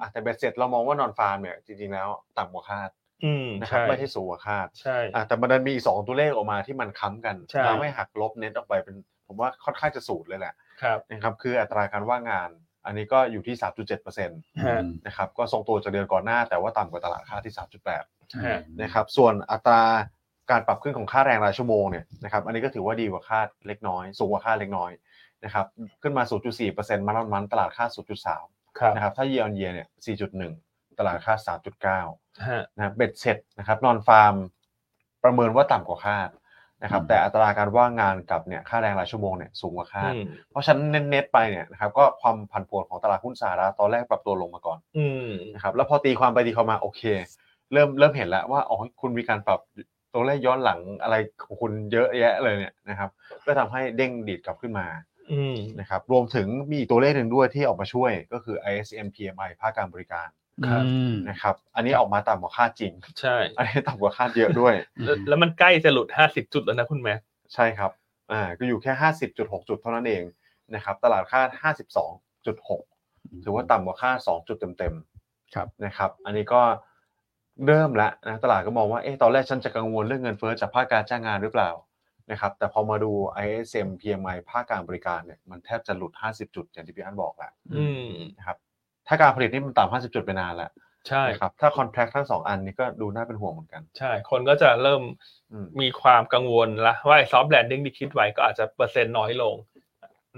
อ่ะแต่เบ็ดเสร็จเรามองว่านอนฟาร์มเนี่ยจริงๆแล้วต่ำกว่าคาด อืม นะครับ ใช่ ไม่ใช่สูงกว่าคาด ใช่ อ่ะแต่มันดันมีอีกสองตัวเลขออกมาที่มันค้ำกัน ใช่ ทำให้หักลบเน็ตออกไปเป็น ผมว่าค่อนข้างจะสูตรเลยแหละ ครับ นะครับคืออัตราการว่างงาน อันนี้ก็อยู่ที่ 3.7%น ฮะ ะครับก็ทรงตัวจากเดือนก่อนหน้า แต่ว่าต่ำกว่าตลาดคาดที่ 3.8 ฮะ นะครับส่วนอัตราการปรับขึ้นของค่าแรงรายชั่วโมงเนี่ยนะครับอันนี้ก็ถือว่าดีกว่าคาดเล็กน้อย สูงกว่าคาดเล็กน้อยนะครับขึ้นมา 0.4%มันมันตลาดค่าด0.3 ครับ นะครับถ้าเยียร์เยียเนี่ย 4.1 ตลาดค่าด3.9 ฮะ นะครับเบ็ดเสร็จนะครับนอนฟาร์มประเมินว่าต่ำกว่าคาดนะครับ อืม แต่อัตราการว่างงานกับเนี่ยค่าแรงรายชั่วโมงเนี่ยสูงกว่าคาด อืม เพราะฉะนั้นเน็ตๆไปเนี่ยนะครับก็ความผันผวนของตลาดหุ้นสหรัฐตอนแรกปรับตัวลงมาก่อน อืม นะครับแล้วพอตีความไปตีความมาโอเค เริ่มเริ่มเห็นแล้วว่าอ๋อคุณมีการปรับตัวเลขย้อนหลังอะไรของคุณเยอะแยะเลยเนี่ยนะครับก็ทำให้เด้งดีดกลับขึ้นมา อืม นะครับรวมถึงมีอีกตัวเลขหนึ่งด้วยที่ออกมาช่วยก็คือ ISM PMI ภาคการบริการ ครับ นะครับอันนี้ออกมาต่ำกว่าคาดจริง ใช่ อันนี้ต่ำกว่าคาดเยอะด้วย แล้วแล้วมันใกล้จะหลุดห้าสิบจุดแล้วนะคุณแม่ ใช่ครับอ่าก็อยู่แค่ 50.6 จุดเท่านั้นเองนะครับตลาดคาด 52.6 ถือว่าต่ำกว่าค่าด2จุดเต็มๆ ครับ นะครับ อันนี้ก็เริ่มแล้วนะตลาดก็มองว่า เอ๊ะตอนแรกฉันจะกังวลเรื่องเงินเฟ้อจากภาคการจ้างงานหรือเปล่านะครับ แต่พอมาดู ISM PMI ภาคการบริการเนี่ยมันแทบจะหลุด 50 จุด อย่างที่พี่อันบอกแหละ อืม นะครับ ถ้าการผลิตนี่มันต่ำ50 จุดไปนานแล้ว ใช่ นะครับ ถ้าคอนแทคทั้งสองอันนี้ก็ดูน่าเป็นห่วงเหมือนกัน ใช่ คนก็จะเริ่ม อืม มีความกังวลละว่าซอฟต์แลนดิ้งที่คิดไว้ก็อาจจะเปอร์เซ็นต์น้อยลง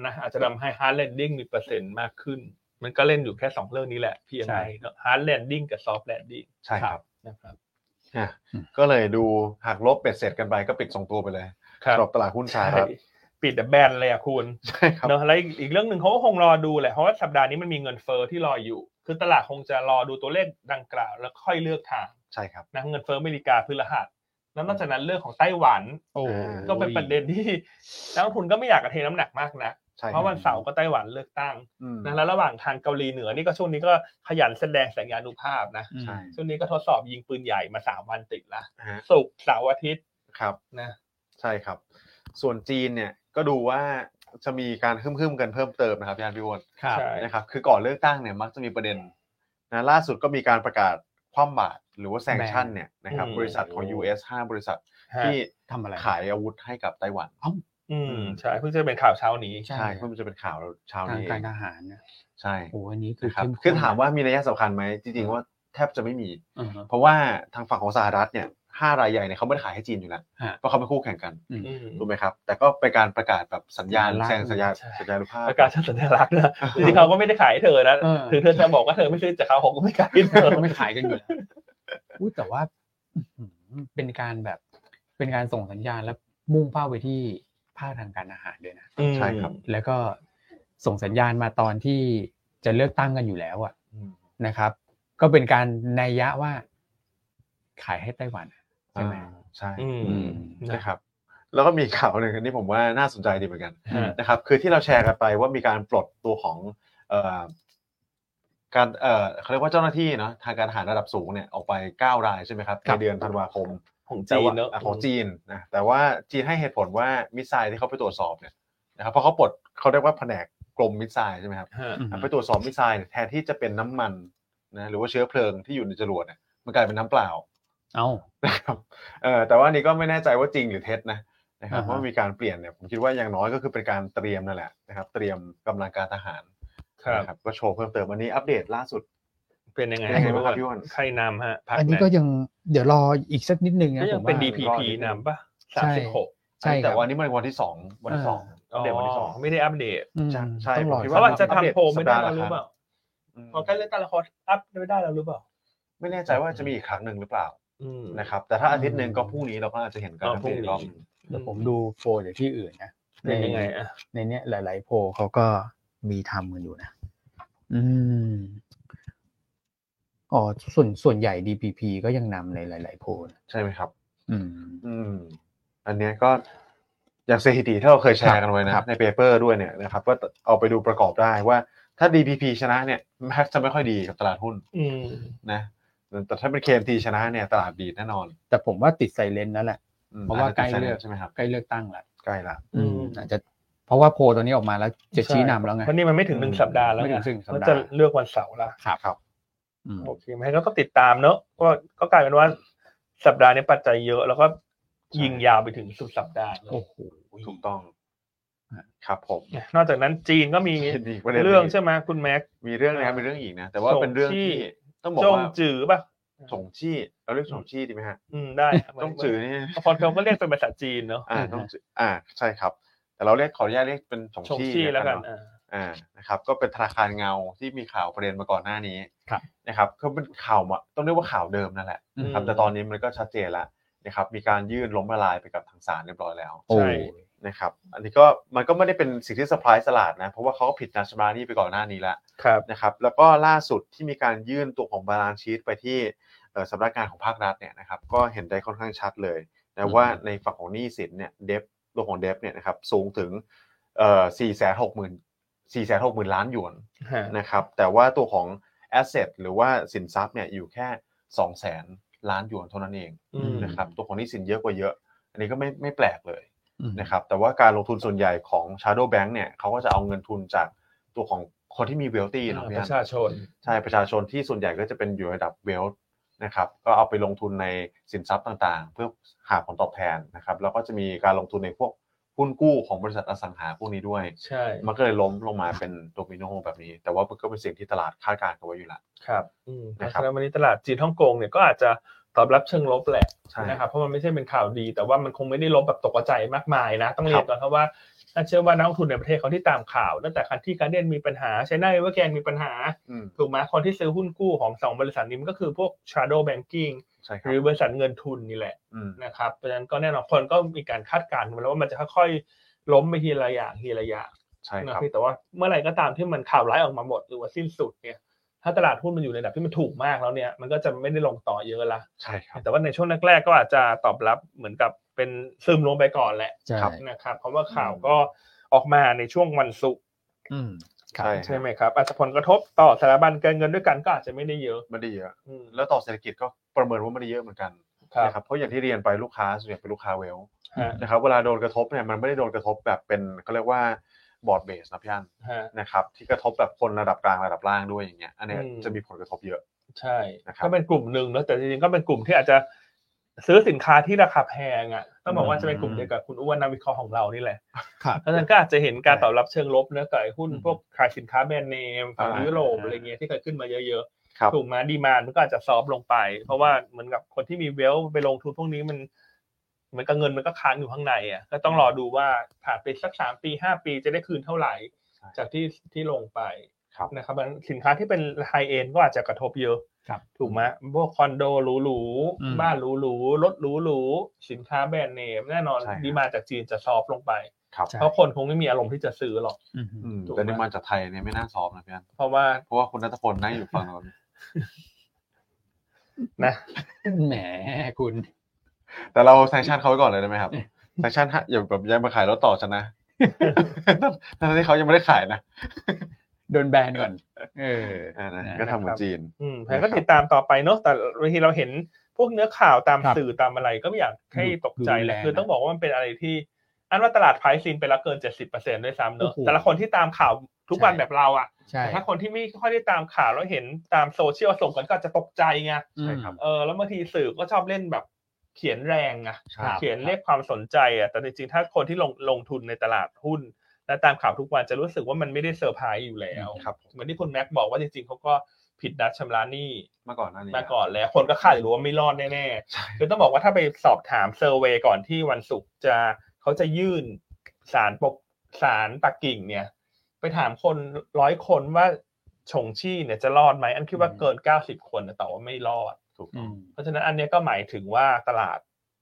นะอาจจะทำให้ฮาร์ดแลนดิ้งมีเปอร์เซ็นต์มากขึ้น มันก็เล่นอยู่แค่สองเรื่องนี้แหละ ใช่ PMI เนอะฮาร์ดแลนดิ้งกับซอฟต์แลนดิ้ง ใช่ครับ นะครับ อ่ะ อืม ก็เลยดูหักลบเป็ดเสร็จกันไปก็ปิดส่งตัวไปเลย ครับสำหรับตลาดหุ้นสหรัฐ ปิดแต่แบนเลยอะคุณ ใช่ครับ เนอะแล้วอีกอีกเรื่องหนึ่งเขาก็คงรอดูแหละเพราะว่าสัปดาห์นี้มันมีเงินเฟอ้อที่รออยู่ คือตลาดคงจะรอดูตัวเลขดังกล่าว แล้วค่อยเลือกทาง ใช่ครับ นะเงินเฟอ้ออเมริกาพฤหัสแล้วนอกจากนั้นเรื่องของไต้หวัน โอ้ ก็เป็นประเด็นที่นักลงทุนก็ไม่อยากกระเทน้ำหนักมากนะ ใช่คบ เพราะวันเสาร์ก็ไต้หวันเลือกตั้ง อืม นะแล้วระหว่างทางเกาหลีเหนือนี่ก็ช่วงนี้ก็ขยันแสดงสัญญาณุภาพนะ ใช่ ช่วงนี้ก็ทดสอบยิงปืนใหญ่มาสามวันติดละ ฮะ ศุกร์เสาร์อาทิตย์ ครับ นะ ใช่ครับ ส่วนจีนเนี่ยก็ดูว่าจะมีการฮึ่มๆกันเพิ่มเติมนะครับพี่อันพี่อ้วน ครับใช่ นะครับ คือก่อนเลือกตั้งเนี่ยมักจะมีประเด็นนะล่าสุดก็มีการประกาศคว่ำบาตรหรือว่าแซงชั o น แบน เนี่ยนะครับ อืม บริษัทของ US 5 บริษัท ฮะ ที่ ทำอะไร ขายอาวุธให้กับไต้หวัน อืมใช่เพิ่งจะเป็นข่าวเช้านี้ ใช่ ใช่เพิ่งจะเป็นข่าวเช้า ทาง นี้เอ การ ง ทหารนะ ใช่ โอ้อันนี้คือ นะครับ เข้ข้น คือถามว่ามีนัยสำคัญไหมจริงๆว่าแทบจะไม่มี อือฮะ เพราะว่าทางฝั่งของสหรัฐเนี่ยห้ารายใหญ่เนี่ยเขาไม่ได้ขายให้จีนอยู่แล้ว ฮะ เพราะเขาเป็นคู่แข่งกัน อืม ถูกไหมครับ แต่ก็เป็นการประกาศแบบสัญญาณ สัญลักษณ์ แซงสัญญาณ ใช่ สัญญาณุภาพ ประกาศเชิงสัญลักษณ์นะจริงๆเขาก็ไม่ได้ขายให้เธอนะ เออ ถึงเธอจะบอกว่าเธอไม่ซื้อจากเขาผมก็ไม่ขายให้เธอ ไม่ขายกันอยู่แล้วอุ๊ยแต่ว่าอื้อหือเป็นการแบบ เป็นการส่งสัญญาณแล้วมุ่งเป้าไปที่ภาคทางการอาหารด้วยนะ ใช่ครับ แล้วก็ส่งสัญญาณมาตอนที่จะเลือกตั้งกันอยู่แล้วอะ อืม นะครับ ก็เป็นการนัยยะว่า ขายให้ไต้หวันใช่ไหม อ่าใช่ อืม อืม นะครับ แล้วก็มีข่าวหนึ่งอันนี้ผมว่าน่าสนใจดีเหมือนกัน ฮะ นะครับ คือที่เราแชร์กันไปว่ามีการปลดตัวของเอ่อการเอ่อเขาเรียกว่าเจ้าหน้าที่เนาะทางการทหารระดับสูงเนี่ยออกไป 9 รายใช่ไหมครับ ครั ใน บ เดือนธันวาคม ของ แต่ จีน ว่า เนอะ อ่ะของจีนนะแต่ว่าจีนให้เหตุผลว่ามิสไซล์ที่เขาไปตรวจสอบเนี่ยนะครับเพราะเขาปลดเขาเรียกว่าแผนกกลมมิสไซล์ใช่ไหมครับ ฮะ อืม อ่ะไปตรวจสอบมิสไซล์เนี่ยแทนที่จะเป็นน้ำมันนะหรือว่าเชื้อเพลิงที่อยู่ในจรวดเนี่ยมันกลายเป็นน้ำเปล่า เอา นะครับเออแต่ว่านี่ก็ไม่แน่ใจว่าจริงหรือเท็จนะนะครับ อ่าฮะ ว่ามีการเปลี่ยนเนี่ยผมคิดว่าอย่างน้อยก็คือเป็นการเตรียมนั่นแหละนะครับ เตรียมกำลังการทหาร ครับ นะครับก็โชว์เพิ่มเติมวันนี้อัปเดตล่าสุด เป็นยังไง เป็นยังไงบ้างครับพี่อ้วน ใครนำฮะพรรค อันนี้ ไห ก็ยังเดี๋ยวรออีกสักนิดนึง ก็ นะ ยั ผ ง ม เป็น ว่า DPP นำปะ ใช่ สามสิบหก ใช่ครับ แต่วันนี้มันวันที่สองวันที่สองอัปเดตวันที่สอง ไม่ได้อัปเดต อืม ใช่ใช่ ต้องรอ ผมคิด เพราะว่าจะทำโพลไม่ได้ สัปดาห์ แล้ ละ วหรือเปล่า ครั้ อืม พอใกล้เลือกตั้งแล้วเขาอัพไม่ได้แล้วหรือเปล่า ไม่แน่ใจว่าจะมีอีกครั้งหนึ่งหรือเปล่า อืม นะครับ แต่ถ้าอาทิตย์หนึ่งก็พรุ่งนี้เราก็อาจจะเห็นกัน อ๋อพรุ่งนี้ อีกรอบหนึ่ง เดี๋ยวผมดูโฟลจากที่อื่นนะ เป็นยังไงอ่ะ ในเนี้ยหลาย ๆ โพลเขาก็มีทำกันอยู่นะ อืมอ๋อส่วนส่วนใหญ่ DPP ก็ยังนำในหลาย ๆ โพลนะ ใช่ไหมครับ อืม อืม อันเนี้ยก็อย่างสถิติที่เราเคยแชร์กันไว้นะครับ ในเปเปอร์ด้วยเนี่ยนะครับก็เอาไปดูประกอบได้ว่าถ้า DPP ชนะเนี่ยแม็กจะไม่ค่อยดีกับตลาดหุ้น อืม นะแต่ถ้าเป็น KMT ชนะเนี่ยตลาดดีแน่นอน แต่ผมว่าติดไซเลนแล้วแหละ อืม เพราะว่าใกล้เลือก ใช่ไหมครับ ใกล้เลือกตั้งละ ใกล้ละ อืมอาจจะเพราะว่าโพลตัวนี้ออกมาแล้วจะชี้นำแล้วไง เพราะนี่มันไม่ถึงหนึ่งสัปดาห์แล้ว ไม่ถึงหนึ่งสัปมัดาห์นจะเลือกวันเสาร์ละ ครับครับ อืม โอเคไหมก็ต้องติดตามเนอะก็ก็กลายเป็นว่าสัปดาห์นี้ปัจจัยเยอะ แล้วก็ยิงยาวไปถึงสุดสัปดาห์เลย โอ้โห ถูกต้อง ฮะ ครับผม นอกจากนั้นจีนก็มี มีประเด็น เรื่อง นี้ ใช่ไหมคุณแม็ก มีเรื่องนะครับมีเรื่องอีกนะ แต่ว่า ส่ง เป็นเรื่องที่ จี้ ต้องบอก จง ว่า จือป่ะ ส่งจี้เราเรียกส่งจี้ดีไหมฮะ อืมได้ครับ ต้องจือเนี่ย คนเขาก็เรียกเป็นภาษาจีนเนอะ อ่า อ่าฮะ ต้องจืออ่าใช่ครับ แต่เราเรียกขออนุญาตเรียกเป็นสง ชง ชี่ ชี่แล้วกัน เาะ อ่า อ่านะครับ ก็เป็นธนาคารเงาที่มีข่าวประเด็นมาก่อนหน้านี้ ครับ นะครับก็เป็นข่าวมาต้องเรียกว่าข่าวเดิมนั่นแหละ อืม ครับ แต่ตอนนี้มันก็ชัดเจนละนะครับมีการยื่นล้มละลายไปกับทางศาลเรียบร้อยแล้ว โอ้ ใช่ นะครับ อันนี้ก็มันก็ไม่ได้เป็นสิ่งที่เซอร์ไพรส์ตลาดนะเพราะว่าเขาก็ผิดนัดชำระหนี้ไปก่อนหน้านี้ละ ครับ นะครับแล้วก็ล่าสุดที่มีการยื่นตัวของบาลานซ์ชีตไปที่เอ่อสำนักงานของภาครัฐเนี่ยนะครับก็เห็นได้ค่อนข้างชัดเลยนะว่าในฝั่งของหนี้สินเนี่ยเดฟตัวของเดฟเนี่ยนะครับสูงถึงเอ่อสี่แสนหกหมื่นสี่แสนหกหมื่นล้านหยวน ฮะ นะครับแต่ว่าตัวของแอสเซทหรือว่าสินทรัพย์เนี่ยอยู่แค่สองแสนล้านหยวนเท่านั้นเอง อืม นะครับตัวของหนี้สินเยอะกว่าเยอะ อันนี้ก็ไม่ไม่แปลกเลย อืม นะครับแต่ว่าการลงทุนส่วนใหญ่ของ Shadow Bank เนี่ยเขาก็จะเอาเงินทุนจากตัวของคนที่มีเวลตี้เนาะพี่ ป อัน ระชาชน ใช่ประชาชนที่ส่วนใหญ่ก็จะเป็นอยู่ระดับเวลนะครับก็เอาไปลงทุนในสินทรัพย์ต่างๆ เพื่อหาผลตอบแทนนะครับแล้วก็จะมีการลงทุนในพวกหุ้นกู้ของบริษัทอสังหาพวกนี้ด้วย ใช่ มันก็เลยล้มลงมาเป็นโดมิโนแบบนี้ แต่ว่ามันก็เป็นสิ่งที่ตลาดคาดการณ์กันไว้อยู่ละ ครับอืมเพ นะ ราะ ครับ ฉะนั้นวันนี้ตลาดจีนฮ่องกงเนี่ยก็อาจจะตอบรับเชิงลบแหละ ใช่ นะครับเพราะมันไม่ใช่เป็นข่าวดี แต่ว่ามันคงไม่ได้ลบแบบตกใจมากมายนะ ต้องเรียน ครับ ก่อนครับว่าน่าเชื่อว่านักลงทุนในประเทศเขาที่ตามข่าวตั้งแต่การที่การเดนมีปัญหาใช้หน้าว่าแกนมีปัญหา อืม ถูกไหมคนที่ซื้อหุ้นกู้ของสองบริษัทนี้มันก็คือพวก shadow banking ใช่ค ห รับ รือบริษัทเงินทุนนี่แหละ อืม นะครับเพราะฉะนั้นก็แน่นอนคนก็มีการคาดการณ์มาแล้วว่ามันจะค่อยๆล้มไปทีละอย่างทีละอย่าง ใช่ นะครับ พี่แต่ว่าเมื่อไหร่ก็ตามที่มันข่าวร้ายออกมาหมดหรือว่าสิ้นสุดเนี่ย ถ้าตลาดหุ้นมันอยู่ในระดับที่มันถูกมากแล้วเนี่ยมันก็จะไม่ได้ลงต่อเยอะละ ใช่ครับ แต่ว่าในช่วงแรกๆก็อาจจะตอบรับเหมือนกับเป็นซึมลงไปก่อนแหละ ใช่ ครับ นะครับเพราะว่าข่าวก็ออกมาในช่วงวันศุกร์ อืม ใช่ครั ใช่ บ ไหมครับอาจจะผลกระทบต่อสถาบันการเงินด้วยกันก็อาจจะไม่ได้เยอะ ไม่ได้เยอะ อืม แล้วต่อเศรษฐกิจก็ประเมินว่าไม่ได้เยอะเหมือนกัน ครับ นะครับเพราะอย่างที่เรียนไปลูกค้าส่วนใหญ่เป็นลูกค้าเวล ฮะ นะครับเวลาโดนกระทบเนี่ยมันไม่ได้โดนกระทบแบบเป็นเขาเรียกว่าบอร์ดเบสนะพี่อัน ฮะ นะครับที่กระทบแบบคนระดับกลางระดับล่างด้วยอย่างเงี้ยอันเนี้ย อืม จะมีผลกระทบเยอะ ใช่ นะครับ ก็เป็นกลุ่มหนึ่งแล้วแต่จริงๆก็เป็นกลุ่มที่อาจจะซื้อสินค้าที่ราคาแพงอ่ะต้องบอกว่า อืม จะเป็นกลุ่มเดียวกับคุณอ้วนนักวิเคราะห์ของเรานี่แหละ ครับ เพราะฉะนั้นก็อาจจะเห็นการตอบรับเชิงลบเนื้อะกับไอ้หุ้น อืม พวกขายสินค้าแบรนด์เนมฝั่ง อ่ายุ ยุโรป อ่า อะไรเงี้ยที่เคยขึ้นมาเยอะ ครับ ๆถูกไหมาดีมานมันก็อาจจะซอฟต์ลงไป เพราะว่าเหมือนกับคนที่มีเวลไปลงทุนพวกนี้มันเหมือนกับเงินมันก็ค้างอยู่ข้างในอ่ะก็ต้องรอดูว่าผ่านไปสักสามปีห้าปีจะได้คืนเท่าไหร่ จากที่ที่ลงไป ครับ นะครับมันสินค้าที่เป็นไฮเอ็นก็อาจจะกระทบเยอะ ครับ ถูกไหมพวกคอนโดหรู อืม ๆบ้านหรูๆรถหรูๆสินค้าแบรนด์เนมแน่นอน ใช่ครับ ดีมาจากจีนจะซอฟต์ลงไป ครับ ใช่ เพราะคนคงไม่มีอารมณ์ที่จะซื้อหรอก อืม อืม ถูกไหม แต่ในมาจากไทยเนี่ยไม่น่าซ้อมนะพี่อัน เพราะว่า เพราะว่าคุณนัทพลนั่งอยู่ฝั่ง เรา นะ แหมคุณ แต่เราแซงชั่นเขาไว้ก่อนเลยได้ไหมครับแซงชั่นฮะอย่าแบบอยังมาขายรถต่อฉันนะ ทั้งที่เขายังไม่ได้ขายนะ โดนแบนก่อน เออ อ่านะ นะ ก็ทำเหมือนจีน อืม นะครับ แพนก็ติดตามต่อไปเนอะแต่บางทีเราเห็นพวกเนื้อข่าวตาม ครับ สื่อตามอะไรก็ไม่อยากให้ตกใจ ดู เล แล ยคือต้องบอกว่ามันเป็นอะไรที่ อันว่าตลาดไพรซินไปแล้วเกินเจ็ดสิบเปอร์เซ็นต์ด้วยซ้ำเนอะ โอ้โห แต่ละคนที่ตามข่าว ทุกวัน ใช่ แบบเราอ่ะ ใช่ แต่ถ้าคนที่ไม่ค่อยได้ตามข่าวแล้วเห็นตามโซเชียลส่งกันก็อาจจะตกใจไง ใช่ครับ เออแล้วบางทีสื่อก็ชอบเล่นแบบเขียนแรงไง ครับ เขียนเรียกความสนใจอ่ะ แต่จริงๆ ถ้าคนที่ลงลงทุนในตลาดหุ้น และตามข่าวทุกวันจะรู้สึกว่ามันไม่ได้เซอร์ไพรส์อยู่แล้ว ครับ เหมือนที่คุณแม็กบอกว่าจริงๆเขาก็ผิดนัดชำระหนี้ มาก่อนหน้านี้ มาก่อนแล้ว คนก็คาดอยู่ว่าไม่รอดแน่ๆ คือต้องบอกว่าถ้าไปสอบถามเซอร์เวยก่อนที่วันศุกร์จะเขาจะยื่นสารปกสารปักกิ่งเนี่ย ไปถามคนร้อยคนว่าชงชี่เนี่ยจะรอดไหมอันคิดว่าเกินเก้าสิบคนนะแต่ว่าไม่รอด ถูก อื ต้อง ม เพราะฉะนั้นอันเนี้ยก็หมายถึงว่าตลาด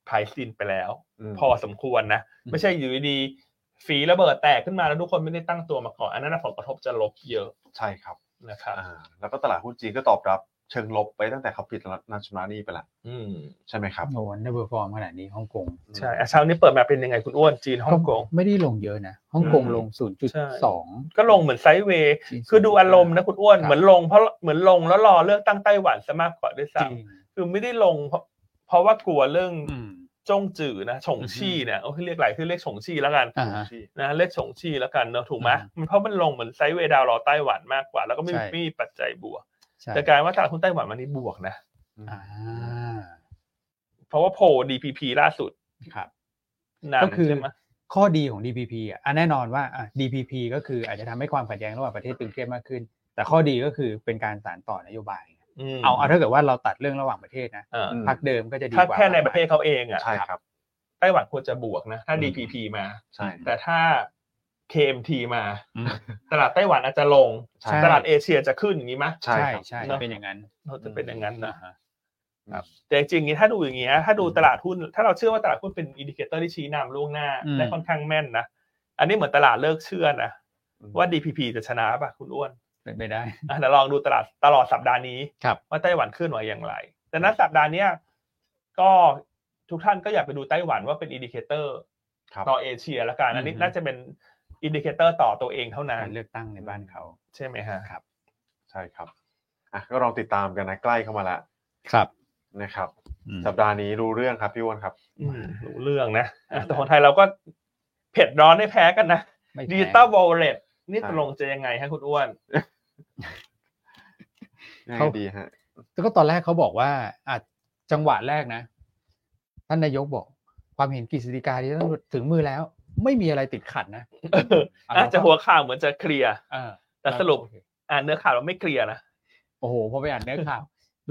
ไพรซินไปแล้ว ม พอสมควรนะ ไม่ใช่อยู่ดีๆฝีระเบิดแตกขึ้นมาแล้วทุกคนไม่ได้ตั้งตัวมาก่อน อันนั้นนะผลกระทบจะลบเยอะ ใช่ครับ นะครับ อ่าแล้วก็ตลาดหุ้นจีนก็ตอบรับเชิงลบไปตั้งแต่เขาปิดนัดชำระหนี้ไปละ อืม ใช่ไหมครับ โอ้โหอันดับเบิลฟอร์มขนาดนี้ฮ่องกง ใช่อ่ะเช้านี้เปิดมาเป็นยังไงคุณอ้วนจีนฮ่องกง ไม่ได้ลงเยอะนะฮ่องกง อืม ลง 0.2 ก็ลงเหมือนไซด์เวย์ คือดูอารมณ์นะคุณอ้วน ครับ เหมือนลงเพราะเหมือนลงแล้วรอเลือกตั้งไต้หวันซะมากกว่าด้วย จริง ซ้ำคือไม่ได้ลงเพราะเพราะว่ากลัวเรื่อง อืม จงจื่อนะฉงชี่เนี่ยโอ้ยเรียกหลายชื่อเรียกฉงชี่แล้วกัน อ่าฮะ ที่ นะเลขสองชีแล้วกันเนอะถูกไหม อืม มันเพราะมันลงเหมือนไซด์เวย์ดาวน์รอไต้หวันมากกว่า แล้วก็ไม่ ใช่ ไม่มีปัจจัยบวก ใช่ แต่กลารว่าตลาดหุ้นไต้หวันวันนี้บวกนะ อ่า เพราะว่าโผล่ DPP ล่าสุด ครับ นาน ก็คือ ใช่ไหม ข้อดีของ DPP อ่ะอ่ะแน่นอนว่าอ่ะ DPP ก็คืออาจจะทำให้ความขัดแย้งระหว่างประเทศตึงเครียดมากขึ้น แต่ข้อดีก็คือเป็นการสานต่อนโยบาย ม เอาเอาถ้าเกิดว่าเราตัดเรื่องระหว่างประเทศนะ เออ ม พักเดิมก็จะดีก ถ้า ว่า แค่ในประเทศเขาเองอ่ะ ใช่ครับ ไต้หวันควรจะบวกนะ ถ้า อืม DPP มา ใช่ แต่ถ้า KMT มา อืม ตลาดไต้หวันอาจจะลง ใช่ ตลาดเอเชียจะขึ้นอย่างนี้ไหม ใช่ ใช่ ครับ ใช่เป็นอย่างนั้น เราจะเป็นอย่างนั้นนะ อ่าฮะ แต่จริงๆ ถ้าดูอย่างเงี้ย ถ้าดูตลาดหุ้น ถ้าเราเชื่อว่าตลาดหุ้นเป็นอินดิเคเตอร์ที่ชี้นำล่วงหน้า อืม ได้ค่อนข้างแม่นนะ อันนี้เหมือนตลาดเลิกเชื่อนะ อืม ว่า DPP จะชนะป่ะคุณอ้วน เป็นไปได้ อ่ะเดี๋ยวลองดูตลาดตลอดสัปดาห์นี้ ครับ ว่าไต้หวันขึ้นไหวอย่างไร แต่ณสัปดาห์เนี้ยก็ทุกท่านก็อยากไปดูไต้หวันว่าเป็นอินดิเคเตอร์ ครับ ต่อเอเชียละกัน อันนี้ อืม น่าจะเป็นอินดิเคเตอร์ต่อตัวเองเท่านั้ กาน รเลือกตั้งในบ้านเขา ใช่ไหมฮะ ครับ ใช่ครับอ่ะก็ลองติดตามกันนะใกล้เข้ามาแล้ว ครับ นะครับ อืม สัปดาห์นี้รู้เรื่องครับพี่อ้วนครับ อืมรู้เรื่องนะอ่ะแต่ของไทยเราก็เผ็ดร้อนได้แพ้กันนะ ไม่แพง ดิจิตอลวอลเล็ตนี่ ใช่ ตกลงจะยังไงฮะคุณอ้วน ยังไง เขา ดีฮะ แล้วก็ตอนแรกเขาบอกว่าอ่ะจังหวะแรกนะ ท่านนายกบอก ความเห็นกฤษฎีกาที่ต้องถึงมือแล้ว ไม่มีอะไรติดขัดนะ น่าจะหัวข่าวเหมือนจะเคลียร์ เออ แต่สรุป อ่านเนื้อข่าวเราไม่เคลียร์นะ โอ้โหพอไปอ่านเนื้อข่าว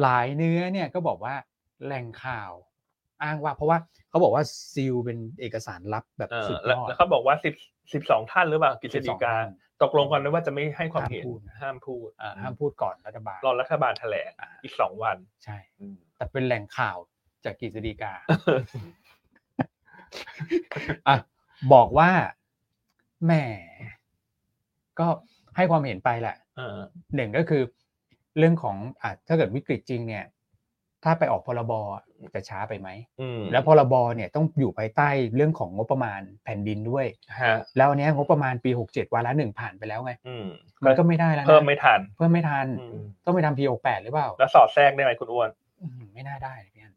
หลายเนื้อเนี่ยก็บอกว่าแหล่งข่าว อ้างว่าเพราะว่าเขาบอกว่าซีลเป็นเอกสารลับแบบ เออ สุด แล้ ยว อด แล้วเขาบอกว่าสิบสิบสองท่านหรือเปล่ากฤษฎีกา 12 ตกลงกันไว้ว่าจะไม่ให้ความเห็น ห้ามพูดนะ ห้ามพูด อ่าห้ามพูดก่อนรัฐบาล รอรัฐบาลแถลง อ่า อีกสองวัน ใช่ แต่เป็นแหล่งข่าวจากกฤษฎีกา อ่ะบอกว่าแหมก็ให้ความเห็นไปแหละ เออ หนึ่งก็คือเรื่องของอ่ะถ้าเกิดวิกฤตจริงเนี่ย ถ้าไปออกพรบอ่ะจะช้าไปไหม อืม แล้วพรบเนี่ยต้องอยู่ภายใต้เรื่องของงบประมาณแผ่นดินด้วย ฮะ แล้วอันเนี้ยงบประมาณปี 67วาระหนึ่งผ่านไปแล้วไง อืม มันก็ไม่ได้แล้วนะ เพิ่มไม่ทัน เพิ่มไม่ทัน อืม ต้องไปทำปี68หรือเปล่า แล้วสอดแทรกได้ไหมคุณอ้วน อืมไม่น่าได้นะพี่อัน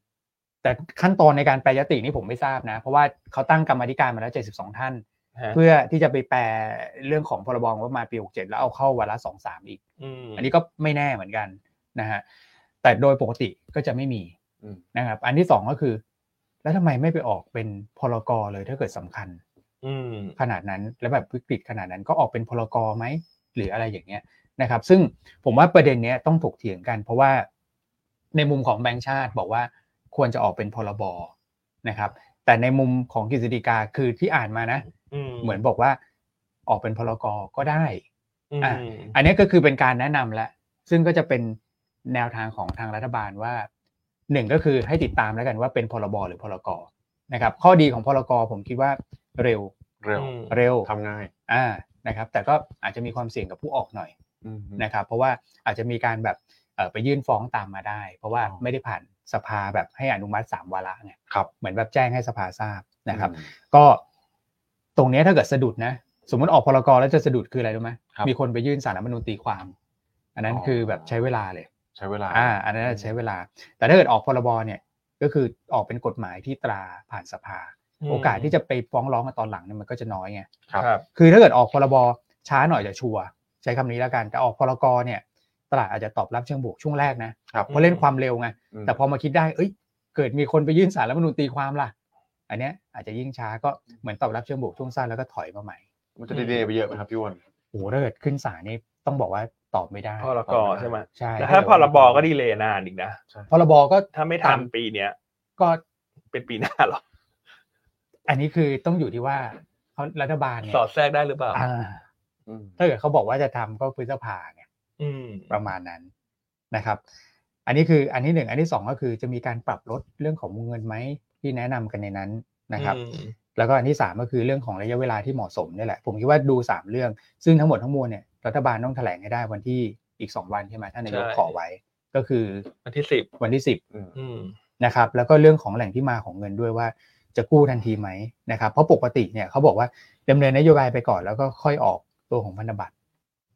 แต่ขั้นตอนในการแปลยตินี่ผมไม่ทราบนะ เพราะว่าเขาตั้งกรรมาธิการมาแล้ว 72 ท่าน ฮะ เพื่อที่จะไปแปลเรื่องของพรบงบประมาณปี 67 แล้วเอาเข้าวาระ2 3 อีก อืม อันนี้ก็ไม่แน่เหมือนกันนะฮะแต่โดยปกติก็จะไม่มี อืม นะครับ อันที่ 2 ก็คือ แล้วทำไมไม่ไปออกเป็นพรกรเลยถ้าเกิดสำคัญ อืม ขนาดนั้นแล้วแบบวิกฤตขนาดนั้นก็ออกเป็นพลกรไหมหรืออะไรอย่างเงี้ยนะครับ ซึ่งผมว่าประเด็นเนี้ยต้องถกเถียงกัน เพราะว่าในมุมของแบงค์ชาติบอกว่าควรจะออกเป็นพลบนะครับ แต่ในมุมของกฤษฎีกาคือที่อ่านมานะ อืม เหมือนบอกว่าออกเป็นพลกรก็ได้ อืม อ่ะ อันเนี้ยก็คือเป็นการแนะนำและซึ่งก็จะเป็นแนวทางของทางรัฐบาลว่าหนึ่งก็คือให้ติดตามแล้วกันว่าเป็นพรบหรือพลกรนะครับ ข้อดีของพลกรผมคิดว่าเร็ว เร็ว อืม เร็ว ทำง่าย อ่า นะครับ แต่ก็อาจจะมีความเสี่ยงกับผู้ออกหน่อย อืม นะครับ เพราะว่าอาจจะมีการแบบเอ่อไปยื่นฟ้องตามมาได้ เพราะว่า อ๋อ ไม่ได้ผ่านสภาแบบให้อนุมัติสามวาระไง ครับ เหมือนแบบแจ้งให้สภาทราบนะครับ อืม ก็ตรงเนี้ยถ้าเกิดสะดุดนะ สมมติออกพรกรแล้วจะสะดุดคืออะไรรู้ไหม ครับ มีคนไปยื่นสารรัฐธรรมนูญตีความ อันนั้น อ๋อ คือแบบใช้เวลาเลย ใช้เวลา อ่า อันนั้นใช้เวลา แต่ถ้าเกิดออกพรบเนี่ย ก็คือออกเป็นกฎหมายที่ตราผ่านสภา โอกาสที่จะไปฟ้องร้องกันตอนหลังเนี่ยมันก็จะน้อยไง ครับ คือถ้าเกิดออกพรบช้าหน่อยจะชัวร์ ใช้คำนี้แล้วกัน แต่ออกพลกรเนี่ย ตลาดอาจจะตอบรับเชิงบวกช่วงแรกนะครับ เพราะเล่นความเร็วไง ม แต่พอมาคิดได้ เอ้ย เกิดมีคนไปยื่นสารรัฐธรรมนูญตีความล่ะ อันเนี้ยอาจจะยิ่งช้าก็เหมือนตอบรับเชิงบวกช่วงสั้นแล้วก็ถอยมาใหม่ มันจะดีเลย์ไปเยอะไหมครับพี่อ้วน โอ้โหถ้าเกิดขึ้นศาลนี่ต้องบอกว่าตอบไม่ได้ พรกใช่ไหม ใช่ แต่ถ้าพรบก็ดีเลยนานอีกนะ พรบก็ ถ้าไม่ทันปีเนี้ย ก็ เป็นปีหน้าหรอก อันนี้คือต้องอยู่ที่ว่าเขารัฐบาลเนี่ย สอดแทรกได้หรือเปล่า อ่า อืม ถ้าเกิดเขาบอกว่าจะทำก็พฤษภาไง อืม ประมาณนั้นนะครับ อันนี้คืออันที่หนึ่ง อันที่สองก็คือจะมีการปรับลดเรื่องของวงเงินไหมที่แนะนำกันในนั้นนะครับ อืม แล้วก็อันที่สามก็คือเรื่องของระยะเวลาที่เหมาะสมนี่แหละ ผมคิดว่าดูสามเรื่อง ซึ่งทั้งหมดทั้งมวลเนี่ยรัฐบาลต้องแถลงให้ได้วันที่อีกสองวันใช่ไหมท่านนายก ใช่ ขอไว้ ก็คือ วันที่สิบ วันที่สิบ อืม อืม นะครับ แล้วก็เรื่องของแหล่งที่มาของเงินด้วยว่าจะกู้ทันทีไหมนะครับ เพราะปกติเนี่ยเขาบอกว่าดำเนินนโยบายไปก่อนแล้วก็ค่อยออกตัวของพันธบัตร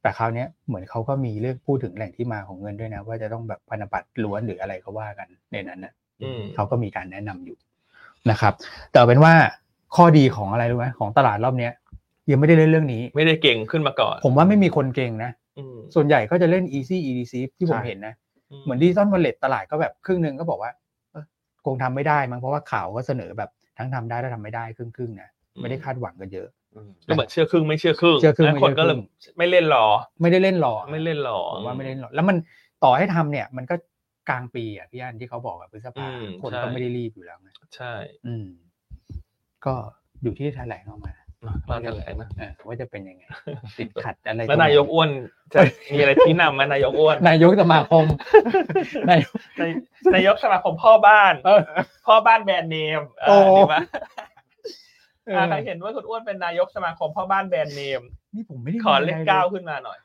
แต่คราวเนี้ยเหมือนเขาก็มีเรื่องพูดถึงแหล่งที่มาของเงินด้วยนะ ว่าจะต้องแบบพันธบัตรล้วนหรืออะไรก็ว่ากันในนั้นนะ อืม เขาก็มีการแนะนำอยู่นะครับ แต่เอาเป็นว่าข้อดีของอะไรรู้ไหมของตลาดรอบเนี้ยยังไม่ได้เล่นเรื่องนี้ ไม่ได้เก่งขึ้นมาก่อน ผมว่าไม่มีคนเก่งนะ อืม ส่วนใหญ่ก็จะเล่น easy edc ที่ผมเห็นนะ เหมือนดิจิตอลวอลเล็ตตลาดก็แบบครึ่งหนึ่งก็บอกว่าเอ้อคงทำไม่ได้มั้งเพราะว่าข่าวก็เสนอแบบทั้งทำได้และทำไม่ได้ครึ่งครึ่งๆนะไม่ได้คาดหวังกันเยอะ อืม ก็เหมือนเชื่อครึ่งไม่เชื่อครึ่ง เชื่อครึ่ง แล้ว ไม่ คน เชื่อ ก็เลย ครึ่ง ไม่เล่นหรอ ไม่ได้เล่นหรอก ไม่เล่นหรอ ผมว่าไม่เล่นหรอกแล้วมันต่อให้ทำเนี่ย มันก็กลางปีอ่ะพี่อันที่เขาบอกอะพฤษภา อืม คน ใช่ ก็ไม่ได้รีบอยู่แล้วไง ใช่ อืม ก็อยู่ที่แถลงออกมา เราจะแหลงนะ เออว่าจะเป็น ยังไง ติดขัดอะไร แล้วนายกอ้วนจะมีอะไรชี้นำไหมนายกอ้วน นายกสมาคมนายก นายนายกสมาคมพ่อบ้าน เออ พ่อบ้านแบรนด์เนมอ่า โอ้ ดีไหม เออ อ่าใครเห็นว่าคุณอ้วนเป็นนายกสมาคมพ่อบ้านแบรนด์เนม นี่ผมไม่ได้ ขอเลข มีะไรย เก้าขึ้นมาหน่อย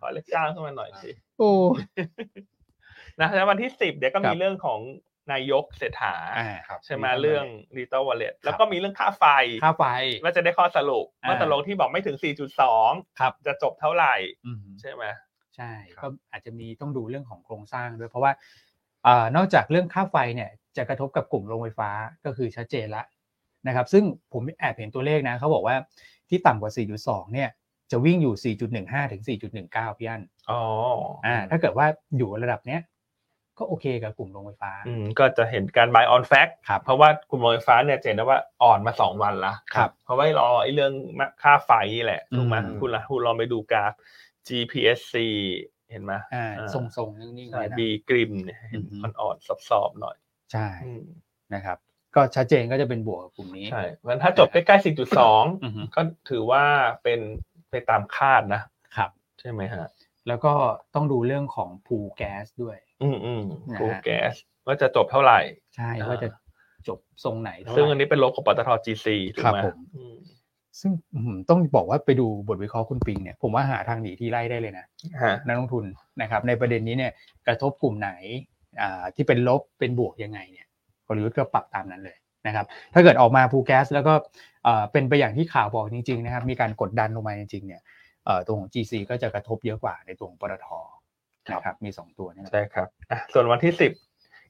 ขอเลขเก้าขึ้นมาหน่อยสิ โอ้ นะแล้ววันที่สิบเดี๋ยวก็ ครั มี บ เรื่องของนายกเศรษฐา อ่า ครับ ใช่ไหม มีเรื่อง เรื่องดิจิตอลวอลเล็ตแล้วก็มีเรื่องค่าไฟ ค่าไฟ ว่าจะได้ข้อสรุป อ่า ว่าตกลงที่บอกไม่ถึง 4.2 ครับ จะจบเท่าไหร่ อืม ใช่ไหม ใช่ก็อาจจะมีต้องดูเรื่องของโครงสร้างด้วยเพราะว่าเอ่อนอกจากเรื่องค่าไฟเนี่ยจะกระทบกับกลุ่มโรงไฟฟ้าก็คือชัดเจนละนะครับ ซึ่งผมแอบเห็นตัวเลขนะเขาบอกว่าที่ต่ำกว่า 4.2 เนี่ย จะวิ่งอยู่ 4.15 ถึง 4.19 พี่อัน อ๋อ อ่าถ้าเกิดว่าอยู่ระดับเนี้ยก็โอเคกับกลุ่มโรงไฟฟ้า อืมก็จะเห็นการ buy on fact ครับ เพราะว่ากลุ่มโรงไฟฟ้าเนี่ยจะเห็นได้ว่าอ่อนมา 2 วันละ ครับ เพราะว่ารอไอ้เรื่องค่าไฟนี่แหละถูกไหม อืม คุณละคุณลองไปดูกราฟ GPSC เห็นไหม อ่า อ่า ทรงๆ นิ่งๆ ใช่ เลยนะ บีกริมเนี่ย อือฮึ อ่อนๆสอบๆหน่อย ใช่ อืม นะครับ ก็ชัดเจนก็จะเป็นบวกกับกลุ่มนี้ ใช่งั้นถ้าจบใกล้ๆ อือฮึ 4.2 ก็ถือว่าเป็นไปตามคาดนะ ครับ ใช่ไหมฮะ แล้วก็ต้องดูเรื่องของภูแก๊สด้วย อืมอืม นะฮะ กูแก๊สว่าจะจบเท่าไหร่ ใช่ อ่า ว่าจะจบทรงไหนเท่าไหร่ ซึ่งอันนี้เป็นลบของปตท GC ถูกไหม ครับผม อืม ซึ่งอืมต้องบอกว่าไปดูบทวิเคราะห์คุณปิงเนี่ยผมว่าหาทางหนีที่ไล่ได้เลยนะ ฮะ นักลงทุนนะครับ ในประเด็นนี้เนี่ยกระทบกลุ่มไหนอ่าที่เป็นลบเป็นบวกยังไงเนี่ยกลยุทธ์ก็ปรับตามนั้นเลยนะครับ ถ้าเกิดออกมาภูแก๊สแล้วก็เอ่อเป็นไปอย่างที่ข่าวบอกจริง ๆ นะครับ มีการกดดันลงมาจริง ๆ เนี่ยเอ่อตัวของ GC ก็จะกระทบเยอะกว่าในตัวของปตท ครับ นะครับมี 2 ตัวเนี่ยนะ ใช่ครับอ่ะส่วนวันที่สิบ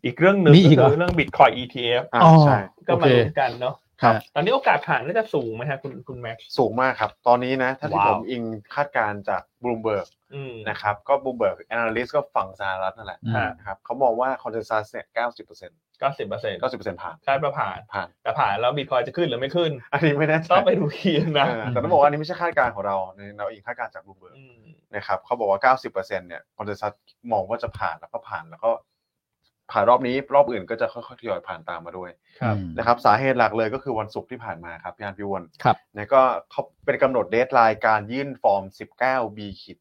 อีกเรื่องหนึ่ง มี ก็ อีกเหรอ คือเรื่องบิตคอย ETF อ่า อ๋อ ใช่ ก็มา โอเค ลุ้นกันเนาะ ครับ ตอนนี้โอกาสผ่านน่าจะสูงไหมฮะคุณคุณแม็กซ์ สูงมากครับ ตอนนี้นะ ถ้าที่ ว้า ผ ว มอิงคาดการณ์จากบลูเบิร์ก อืม นะครับ ก็บลูเบิร์กแอนาลิสก็ฝั่งสหรัฐนั่นแหละ อืม อ่า นะครับเขามองว่าคอนเซนแซสเนี่ย 90% เก้าสิบเปอร์เซ็นต์ 90%ผ่าน คาดว่าผ่าน ผ่าน แต่ผ่านแล้วบิตคอยจะขึ้นหรือไม่ขึ้น อันนี้ไม่แน่ใจ ต้องไปดูทีมนะ เออแต่ต้องบอกว่าอันนี้ไม่ใช่คาดการณ์ของเราเนี่ยเราอิงคาดการณ์จากบลูเบิร์ก อืม นะครับเขาบอกว่า 90%เนี่ยคอนเซนแซสมองว่าจะผ่านแล้วก็ผ่านแล้วก็ ผ่านรอบนี้รอบอื่นก็จะค่อยๆทยอยผ่านตามมาด้วย ครับ นะครับสาเหตุหลักเลยก็คือวันศุกร์ที่ผ่านมาครับพี่อันพี่วอน ครับ นะก็เขาเป็นกำหนดเดทไลน์การยื่นฟอร์ม 19 B ขีด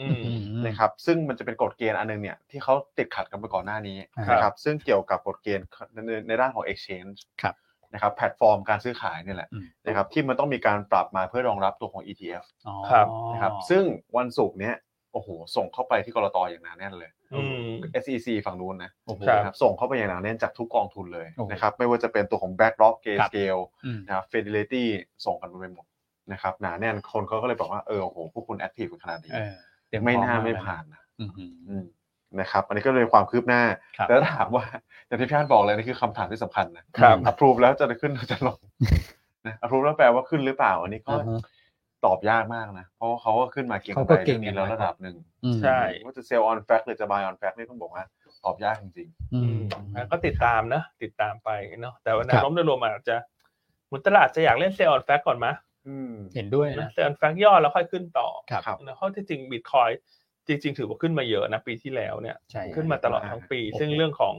อืมนะ4นะ ค ครับ รับซึ่งมันจะเป็นกฎเกณฑ์อันหนึงเนี่ยที่เขาติดขัดกันไปก่อนหน้านี้ ครับ นะครับซึ่งเกี่ยวกับกฎเกณฑ์ในในในด้านของ Exchange ครับ นะครับแพลตฟอร์มการซื้อขายเนี่ยแหละ อืม นะครับที่มันต้องมีการปรับมาเพื่อรองรับตัวของ ETF อ๋อ ครับ นะครับซึ่งวันศุกร์เนี้ยโอ้โหส่งเข้าไปที่กรตอย่างหนาแน่นเลย อืม SEC ฝั่งนู้นนะ โอ้โห ครับ นะครับส่งเข้าไปอย่างหนาแน่นจากทุกกองทุนเลย โอ้โห นะครับไม่ว่าจะเป็นตัวของ BlackRock g a ครับ Scale อืม นะครับ Fidelity ส่งกันไปหมดนะครับหนาแน่นคนเขาก็เลยบอกว่าเออโอ้โหพวกคุณแอคทีฟขนาดนี้ เออเตรีย ไม่ พร้อ น่า แล้ว ไม่ผ่านนะ อือหือ อืมนะครับอันนี้ก็เลยความคืบหน้า ครับ แล้วถามว่า อย่างที่พี่อันบอกเลยนี่คือคำถามที่สำคัญนะครับ อัพรูปแล้วจะได้ขึ้นหรือจะลงนะอัพรูปแล้วแปลว่าขึ้นหรือเปล่า อันนี้ก็ อ่าฮะ ตอบยากมากนะ เพราะว่าเขาก็ขึ้นมาเก่ง เขา กำ ก็ ไร เก่กัเรื่อง งนี้ น แล้ว นะ ระดับหนึ่ง อืม ใช่ ว่าจะเซลล์ออนแฟกหรือจะบายออนแฟกนี่ต้องบอกว่าตอบยากจริง อืม แล้วก็ติดตามนะ ติดตามไปเนาะแต่ว่าแน ควรับ โน้มโดยรวมอาจจะเหมือนตลาดจะอยากเล่นเซลล์ออนแฟกก่อนมะ ๆ อืม เห็นด้วยนะ เซลล์ออนแฟกย่อแล้วค่อยขึ้นต่อ ครับ ครับ เนอะเพราะที่จริงบิตคอยจริง ๆ ถือว่าขึ้นมาเยอะนะปีที่แล้วเนี่ย ใช่ ขึ้นมาตลอดทั้งปี โอเค ซึ่งเรื่องของ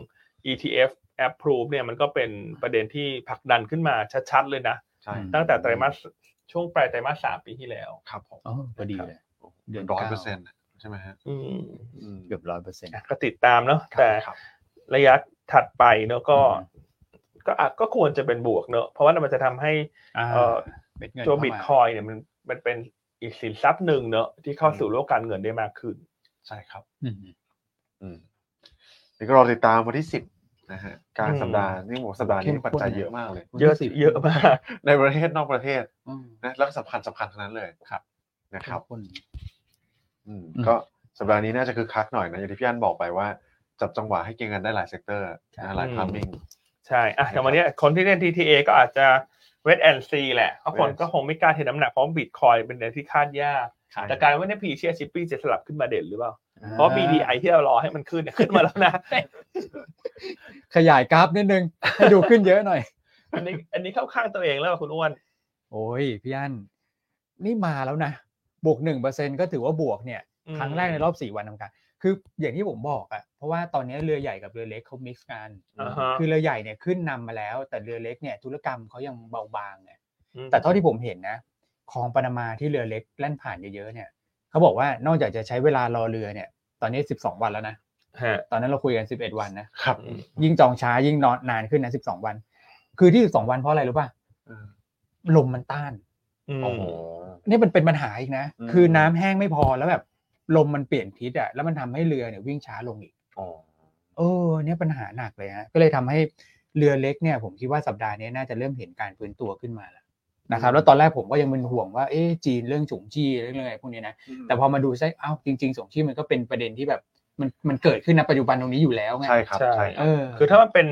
ETF approve เนี่ยมันก็เป็นประเด็นที่ผลักดันขึ้นมาชัดๆเลยนะ ใช่ ตั้งแต่ไตรมาสช่วงปลายไตรมาสสามปีที่แล้ว ครับผม อ๋อพอดีเลย เดือน ร้อย เก้า เปอร์เซ็นต์ใช่ไหมฮะ อืม อืม เกือบร้อยเปอร์เซ็นต์ อ่ะก็ติดตามเนาะ ครับ แต่ ครับ ระยะถัดไปเนาะก็ อืม ก็อาจก็ควรจะเป็นบวกเนอะเพราะว่ามันจะทำให้ เอ่อ ตัวบิตคอยเนี่ยมันมันเป็นอีกสินทรัพย์หนึ่งเนอะที่เข้าสู่โลกการเงินได้มากขึ้น ใช่ครับ อืมนี่ก็รอติดตามวันที่สิบนะฮะกลาง อืม สัปดาห์นี่บอกสัปดาห์นี้ เข้มข้น ปัจจัยเยอะมากเลย เยอะเยอะมาก ในประเทศนอกประเทศนะแล้วก็สำคัญสำคัญทั้งนั้นเลยครับนะครับ คน อืม อืม ก็สัปดาห์นี้น่าจะคือคักหน่อยนะอย่างที่พี่อันบอกไปว่า จับจังหวะให้เก็งกันได้หลายเซกเตอร์ ครับ นะหลายคามิ่ง ใช่อ่ะแต่วันเนี้ยคนที่เล่น TTA ก็อาจจะ wait and see แหละเพราะคน wait and ก็คงไม่กล้าเทน้ำหนักเพราะบิตคอยเป็นเรื่องที่คาดยาก แต่การว่าเนี่ยพีเชียชิปปี้จะสลับขึ้นมาเด่นหรือเปล่า เพราะ BDI ที่เรารอให้มันขึ้นเนี่ยขึ้นมาแล้วนะ ขยายกราฟนิดนึง ให้ดูขึ้นเยอะหน่อย อันนี้อันนี้เข้าข้างตัวเองแล้วคุณอ้วน โอ้ยพี่อันนี่มาแล้วนะ บวกหนึ่งเปอร์เซ็นก็ถือว่าบวกเนี่ย อืม ครั้งแรกในรอบสี่วันทำการ คืออย่างที่ผมบอกอะเพราะว่าตอนนี้เรือใหญ่กับเรือเล็กเขามิกซ์กัน อ่าฮะ คือเรือใหญ่เนี่ยขึ้นนำมาแล้ว แต่เรือเล็กเนี่ยธุรกรรมเขายังเบาบางไง ม แต่เท่าที่ผมเห็นนะคลองปานามาที่เรือเล็กแล่นผ่านเยอะๆเนี่ยเขาบอกว่านอกจากจะใช้เวลารอเรือเนี่ย ตอนนี้ 12 วันแล้วนะ ฮะ ตอนนั้นเราคุยกัน 11 วันนะครับ อืม ยิ่งจองช้ายิ่งนอนนานขึ้นนะ 12 วัน คือที่ 12 วันเพราะอะไรรู้ป่ะ อืม ลมมันต้าน โอ้โห นี่มันเป็นปัญหาอีกนะ อืม คือน้ำแห้งไม่พอแล้วแบบลมมันเปลี่ยนทิศอะแล้วมันทำให้เรือเนี่ยวิ่งช้าลงอีก อ๋อ เออเนี่ยปัญหาหนักเลยฮะก็เลยทำให้เรือเล็กเนี่ย ผมคิดว่าสัปดาห์นี้น่าจะเริ่มเห็นการฟื้นตัวขึ้นมาแล้วนะครับ แล้วตอนแรกผมก็ยังเป็นห่วงว่าเอ๊ะจีนเรื่องฉุงจี้เรื่องอะไรพวกเนี้ยนะ แต่พอมาดูใช่อ้าวจริงๆสงชี่มันก็เป็นประเด็นที่แบบมันมันเกิดขึ้นณปัจจุบันตรงนี้อยู่แล้วไง ใช่ครับใช่ค เอ รับ อ คือถ้ามันเป็น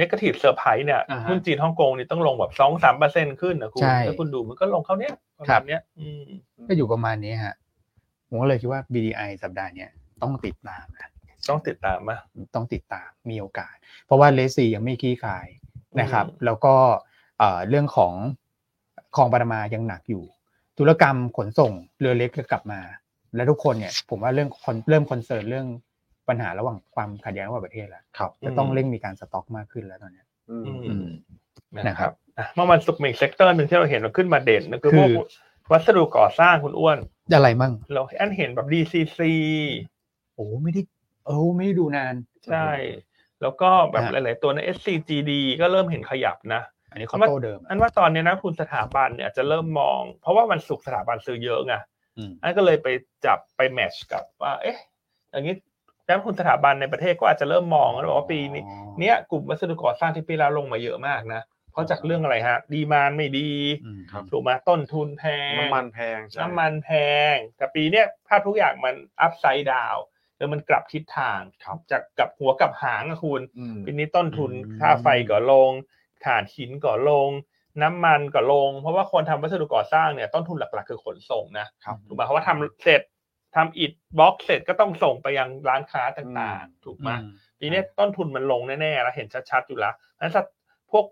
negative surprise เนี่ย อ่าฮะ หุ้นจีนฮ่องกงนี่ต้องลงแบบสองสามเปอร์เซ็นขึ้นนะคุณ ใช่ ถ้าคุณดูมันก็ลงเท่าเนี้ยประ ครั มา บ ณเนี้ยอืม ก็อยู่ประมาณนี้ฮะผมก็เลยคิดว่า BDI สัปดาห์เนี้ยต้องติดตามนะ ต้องติดตามมา ต้องติดตามมีโอกาส เพราะว่าเลซียังไม่ขี้คายนะครับ แล้วก็เอ่อเรื่องของคลองปานามายังหนักอยู่ ธุรกรรมขนส่งเรือเล็กก็กลับมา และทุกคนเนี่ย ผมว่าเรื่องคนเริ่มคอนเซิร์นเรื่องปัญหาระหว่างความขัดแย้งระหว่างประเทศแล้ว ครับ จะต้องเร่งมีการสต็อกมากขึ้นแล้วตอนเนี้ย อืม อืม อืม นะครับอ่ะเมื่อวันศุกร์มีเซกเตอร์หนึ่งที่เราเห็นมันขึ้นมาเด่นนะคือพวก คือ วัสดุก่อสร้างคุณอ้วน อะไรมั่ง เราอันเห็นแบบ DCC โอ้ไม่ได้เออไม่ได้ดูนาน ใช่ แล้วก็แบบ ฮะ หลาย ๆ ตัวนะ SCGD ก็เริ่มเห็นขยับนะ อันนี้คอมโตเดิมอะ อันว่าตอนนี้นะคุณสถาบันเนี่ยอาจจะเริ่มมอง เพราะว่ามันสุกร์สถาบันซื้อเยอะไง อืม อันก็เลยไปจับไปแมทช์กับว่า เอ๊ะ อย่างนี้นักลงทุนสถาบันในประเทศก็อาจจะเริ่มมองแล้วบอกว่าปีนี้เนี้ยกลุ่มวัสดุก่อสร้างที่ปีแล้วลงมาเยอะมากนะ เพราะจากเรื่องอะไรฮะ ดีมานไม่ดี อืม ถูกไหมาต้นทุนแพง น้ำมันแพงใช่ น้ำมันแพง แต่ปีเนี้ยภาพทุกอย่างมันอัพไซด์ดาวแล้วมันกลับทิศทางครับจากกลับหัวกลับหางอะคุณ อืม ปีนี้ต้นทุนค่าไฟก็ลงถ่านหินก็ลง น้ำมันก็ลง เพราะว่าคนทำวัสดุก่อสร้างเนี่ยต้นทุนหลักๆคือขนส่งนะครับถูกไหมเพราะว่าทำเสร็จทำอิฐบล็อกเสร็จก็ต้องส่งไปยังร้านค้าต่างๆ ถูกไหมปีเนี้ยต้นทุนมันลงแน่ๆแล้วเห็นชัดๆอยู่แล้วนั้นสตพวก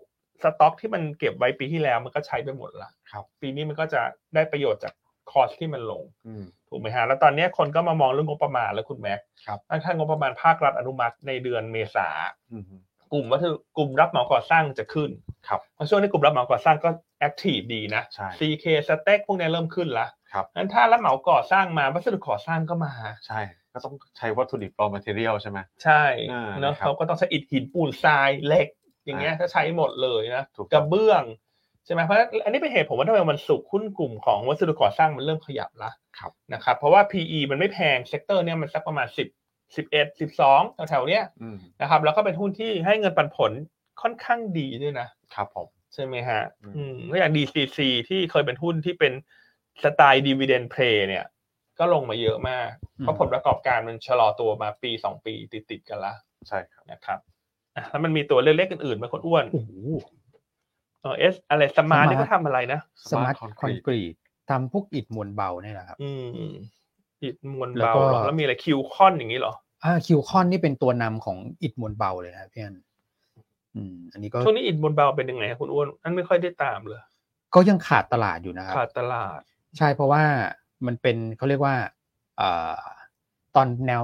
สต็อกที่มันเก็บไว้ปีที่แล้วมันก็ใช้ไปหมดละ ครับ ปีนี้มันก็จะได้ประโยชน์จากคอสที่มันลง อืม ถูกไหมฮะแล้วตอนเนี้ยคนก็มามองเรื่องงบประมาณแล้วคุณแม็ก ครับ ถ้างบประมาณภาครัฐอนุมัติในเดือนเมษา อืม กลุ่มวัสดุกลุ่มรับเหมาก่อสร้างจะขึ้น ครับ เพราะช่วงนี้กลุ่มรับเหมาก่อสร้างก็แอคทีฟดีนะ ใช่ CK สเต็กพวกเนี้ยเริ่มขึ้นละ ครับ งั้นถ้ารับเหมาก่อสร้างมาวัสดุก่อสร้างก็มา ใช่ ก็ต้องใช้วัตถุดิบ raw material ใช่ไหม ใช่ อ่า เนาะ นะครับ เขาก็ต้องใช้อิฐหินปูนทรายเหล็ก อย่างเงี้ยถ้าใช้หมดเลยนะ ถูกต้อง กระเบื้องใช่ไหมเพราะฉะนั้นอันนี้เป็นเหตุผลว่าทำไมมันสุกหุ้นกลุ่มของวัสดุก่อสร้างมันเริ่มขยับละ ครับ นะครับเพราะว่า PE มันไม่แพงเซกเตอร์เนี่ยมันสักประมาณ 10 11 12แถวๆเนี้ย อืม นะครับแล้วก็เป็นหุ้นที่ให้เงินปันผลค่อนข้างดีด้วยนะ ครับผม ใช่ไหมฮะ อืม อืมแล้วอย่าง DCC ที่เคยเป็นหุ้นที่เป็นสไตล์ dividend play เนี่ย ก็ลงมาเยอะมาก เพราะผลประกอบการมันชะลอตัวมาปีสองปีติดๆกันละ ใช่ครับ นะครับอ่ะแล้วมันมีตัวเล็กๆอื่นๆไหมคนอ้วน โอ้โห เออสอะไรสมาร์ Smart นี่ก็ทำอะไรนะ สมาร์ท Smart คอน Concrete กรีต ทำพวกอิฐมวลเบาเนี่ยแหละครับ อืมอิฐมวล แล้ว เบา ก็ เหรอแล้วมีอะไรคิวคอนอย่างนี้เหรอ อ่าคิวคอนนี่เป็นตัวนำของอิฐมวลเบาเลยนะครับพี่อันอืม อันนี้ก็ ช่วงนี้อิฐมวลเบาเป็นยังไงครับคุณอ้วนอันไม่ค่อยได้ตามเลย ก็ยังขาดตลาดอยู่นะครับ ขาดตลาด ใช่เพราะว่ามันเป็นเขาเรียกว่าเอ่อตอนแนว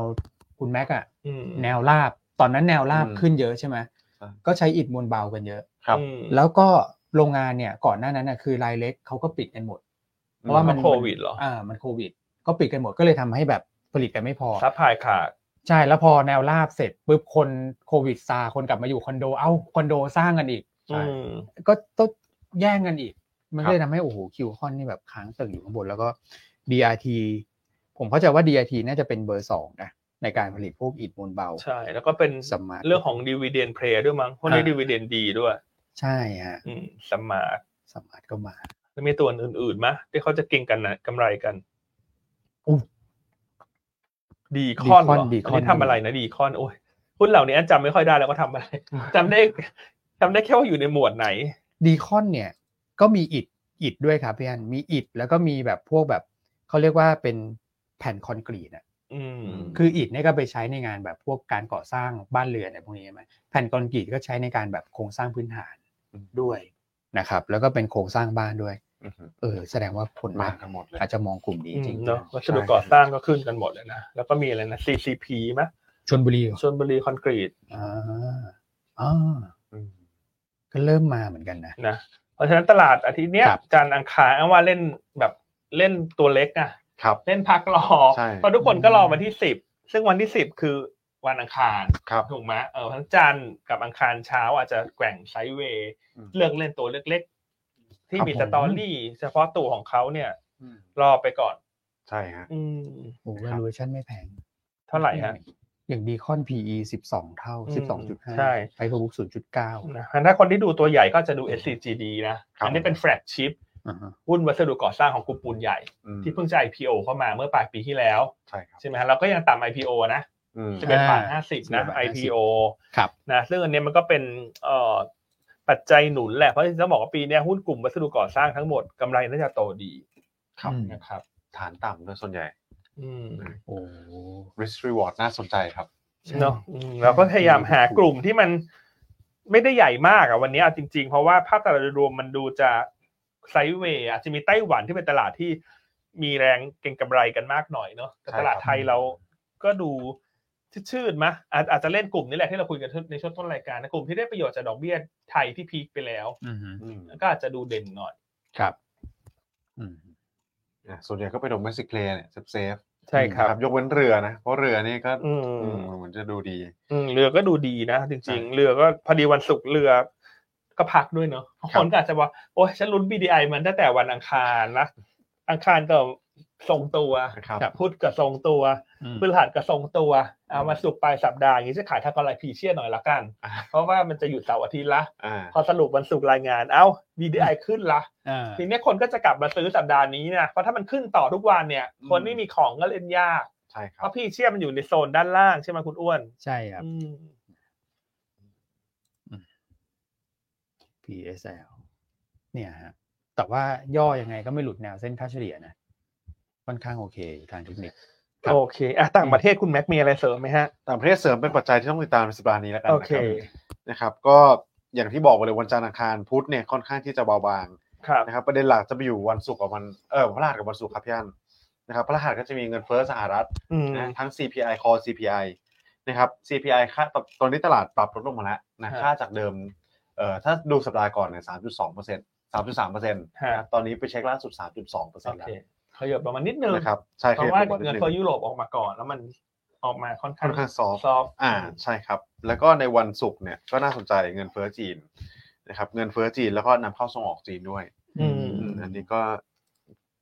คุณแม็กอะ อืม แนวลาบ ตอนนั้นแนวลาบ อืม ขึ้นเยอะใช่ไหม ใช่ ก็ใช้อิฐมวลเบากันเยอะ ครับ อืม แล้วก็โรงงานเนี่ยก่อนหน้านั้นน่ะคือรายเล็กเขาก็ปิดกันหมด เพราะว่ามัน เพราะโควิดเหรออ่ อ่ามันโควิด ก็ปิดกันหมดก็เลยทำให้แบบผลิตกันไม่พอ ซัพพลายขาด ใช่แล้วพอแนวราบเสร็จปุ๊บคนโควิดซาคนกลับมาอยู่คอนโดเอ้าคอนโดสร้างกันอีก ใช่ อืม ก็ต้องแย่งกันอีก มัน คก็รับ เลยทำให้โอ้โหคิวคอนนี่แบบค้างตึงอยู่ข้างบนแล้วก็ DRT ผมเข้าใจว่า DRT น่าจะเป็นเบอร์สองนะในการผลิตพวกอิฐมวลเบา ใช่ แล้วก็เป็น สมาร์ท เรื่องของดีเวเดนเพลย์ด้วยมั้งเพราะนี่ อ่า ดีเวเดนดีด้วย ใช่ฮะ อืมสมาร์ท สมาร์ทก็มา แล้วมีตัวอื่นๆมะที่เขาจะเก่งกันนะกำไรกัน อู้ ดีคอนเหรอ Decon อัน Decon นี้ทำอะไรนะดีคอนโอ้ยหุ้นเหล่านี้อันจำไม่ค่อยได้แล้วก็ทำอะไรจำได้จำได้แค่ว่าอยู่ในหมวดไหน ดีคอนเนี่ยก็มีอิฐอิฐด้วยครับพี่อันมีอิฐแล้วก็มีแบบพวกแบบเขาเรียกว่าเป็นแผ่นคอนกรีตอ่ะ อืม คืออิฐเนี่ยก็ไปใช้ในงานแบบพวกการก่อสร้างบ้านเรือนอะไรพวกนี้ใช่ไหมแผ่นคอนกรีตก็ใช้ในการแบบโครงสร้างพื้นฐานด้วยนะครับ แล้วก็เป็นโครงสร้างบ้านด้วย อหือ เออแสดงว่าผมาลามก ก กันหมดเลย อาจจะมองกลุ่มนี้ อืม จริง เนาะวัสดุก่อสร้างก็ขึ้นกันหมดเลยนะ แล้วก็มีอะไรนะ CCP ไหม ชนบุรีเหรอ ชนบุรีคอนกรีต อ่าอ่าก็เริ่มมาเหมือนกันนะ นะ เพราะฉะนั้นตลาดอาทิตย์เนี้ย ครับ จันทร์อังคารอันว่าเล่นแบบเล่นตัวเล็กนะครับ เล่นพักรอ ใช่ เพราะทุกคนก็รอวันที่สิบซึ่งวันที่สิบคือวันอังคาร ครับ ถูกไหมเออทั้งจันทร์กับอังคารเช้าอาจจะแกว่งไซด์เวย์ อืม เลือกเล่นตัวเล็กๆ ที่ ครับ มี ผม สตอรี่เฉพาะตัวของเขาเนี่ย อืม รอไปก่อน ใช่ฮะ อืม โอ้ ควารับ ลูเอชั่นไม่แพง เท่าไหร่ฮะ อย่างดีคอน PE สิบสองเท่า อื สิบสอง ม จุดห้า ใช่ ไฟเบอร์บุ๊กศูนย์จุดเก้า นะถ้าคนที่ดูตัวใหญ่ก็จะดู SCGD นะ ครับ อันนี้เป็นแฟลกชิพ อ่าฮะ หุ้นวัสดุก่อสร้างของกลุ่มปูนใหญ่ อืม ที่เพิ่งจะ IPO เข้ามาเมื่อปลายปีที่แล้ว ใช่ครับ ใช่ไหมฮะเราก็ยังต่ำ IPO นะ อืม จะเป็นบาทห้าสิบนะ IPO ครับ นะซึ่งอันเนี้ยมันก็เป็นเอ่อปัจจัยหนุนแหละ เพราะที่จะบอกว่าปีเนี้ยหุ้นกลุ่มวัสดุก่อสร้างทั้งหมดกำไรน่าจะโตดี ครับ อืม นะครับ ฐานต่ำด้วยส่วนใหญ่ อืม โอ้ risk reward น่าสนใจครับ ใช่ เนาะอืมเราก็พยายามหากลุ่มที่มันไม่ได้ใหญ่มากอะวันนี้เอาจริง ๆ เพราะว่าภาพตลาดโดยรวมมันดูจะไซด์เวย์อาจจะมีไต้หวันที่เป็นตลาดที่มีแรงเก็งกำไรกันมากหน่อยเนาะแต่ ใช่ครับ ตลาดไทยเราก็ดูชืดๆมะอาจอาจจะเล่นกลุ่มนี้แหละที่เราคุยกันในช่วงต้นรายการนะกลุ่มที่ได้ประโยชน์จากดอกเบี้ยไทยที่พีคไปแล้ว อือฮึ อืม ก็อาจจะดูเด่นหน่อย ครับอืม อ่ะส่วนใหญ่ก็ไปดมเมสิเคลเนี่ยเซฟ ใช่ครับ ยกเว้นเรือนะ เพราะเรือนี่ก็ อื อื ม มเหมือนจะดูดี อืมเรือก็ดูดีนะ จ ใช่ ริง ๆ เรือก็พอดีวันศุกร์เรือก็พักด้วยเนอะบางคนก็อาจจะบอกโอ้ยฉันลุ้น BDI มันตั้งแต่วันอังคารนะอังคารก็ทรงตัว ครับ พุธก็ทรงตัวพฤหัสก็ทรงตัวเอามาศุกร์ปลายสัปดาห์อย่างนี้จะขายทางกำไรพีเชียหน่อยละกัน อ่ะ เพราะว่ามันจะหยุดเสาร์อาทิตย์ละ อ่า พอสรุปวันศุกร์รายงานเอ้า BDI ขึ้นละ อ่า ทีเนี้ยคนก็จะกลับมาซื้อสัปดาห์นี้นะเพราะถ้ามันขึ้นต่อทุกวันเนี่ย คนไม่มีของก็เล่นยาก ใช่ค เพ รับ ราะพีเชียมันอยู่ในโซนด้านล่างใช่ไหมคุณอ้วน ใช่ครับ อืม PSL เนี่ยฮะแต่ว่าย่อยังไงก็ไม่หลุดแนวเส้นค่าเฉลี่ยนะค่อนข้างโอเคทางเทคนิค ครับ โอเคอ่ะต่างประเทศคุณแม็กมีอะไรเสริมไหมฮะ ต่างประเทศเสริมเป็นปัจจัยที่ต้องติดตามในสัปดาห์นี้แล้วกัน โอ นะ เค ครับนะครับก็อย่างที่บอกไปเลยวันจันทร์อังคารพุธเนี่ยค่อนข้างที่จะเบาบาง ครับ นะครับประเด็นหลักจะไปอยู่วันศุกร์กับวันเออพฤหัสกับวันศุกร์ครับพี่อันนะครับพฤหัสก็จะมีเงินเฟ้อสหรัฐ อืม นะทั้ง CPI core CPI นะครับ CPI ค่าตตอนนี้ตลาดปรับลดลงมาแล้วนะ ฮะ ค่าจากเดิมเอ่อถ้าดูสัปดาห์ก่อนเนี่ยสามจุดสองเปอร์เซ็นต์สามจุดสามเปอร์เซ็นต์ ฮะ ตอนนี้ไปเช็คล่าสุดสามจุดสองเปอร์เซ็น โอ ต์แล้ว เคขยับลงมานิดนึง นะครับใช่ เพราะ บ ว่า ลงมด เงิน ง เฟ้อยุโรปออกมาก่อน แล้วมันออกมาค่อนข้า ค่ ง อนข้างซอฟต์ ซอฟต์ อ่าใช่ครับ แล้วก็ในวันศุกร์เนี่ยก็น่าสนใจเงินเฟ้อจีนนะครับเงินเฟ้อจีนแล้วก็นำเข้าส่งออกจีนด้วย อืม อืมอันนี้ก็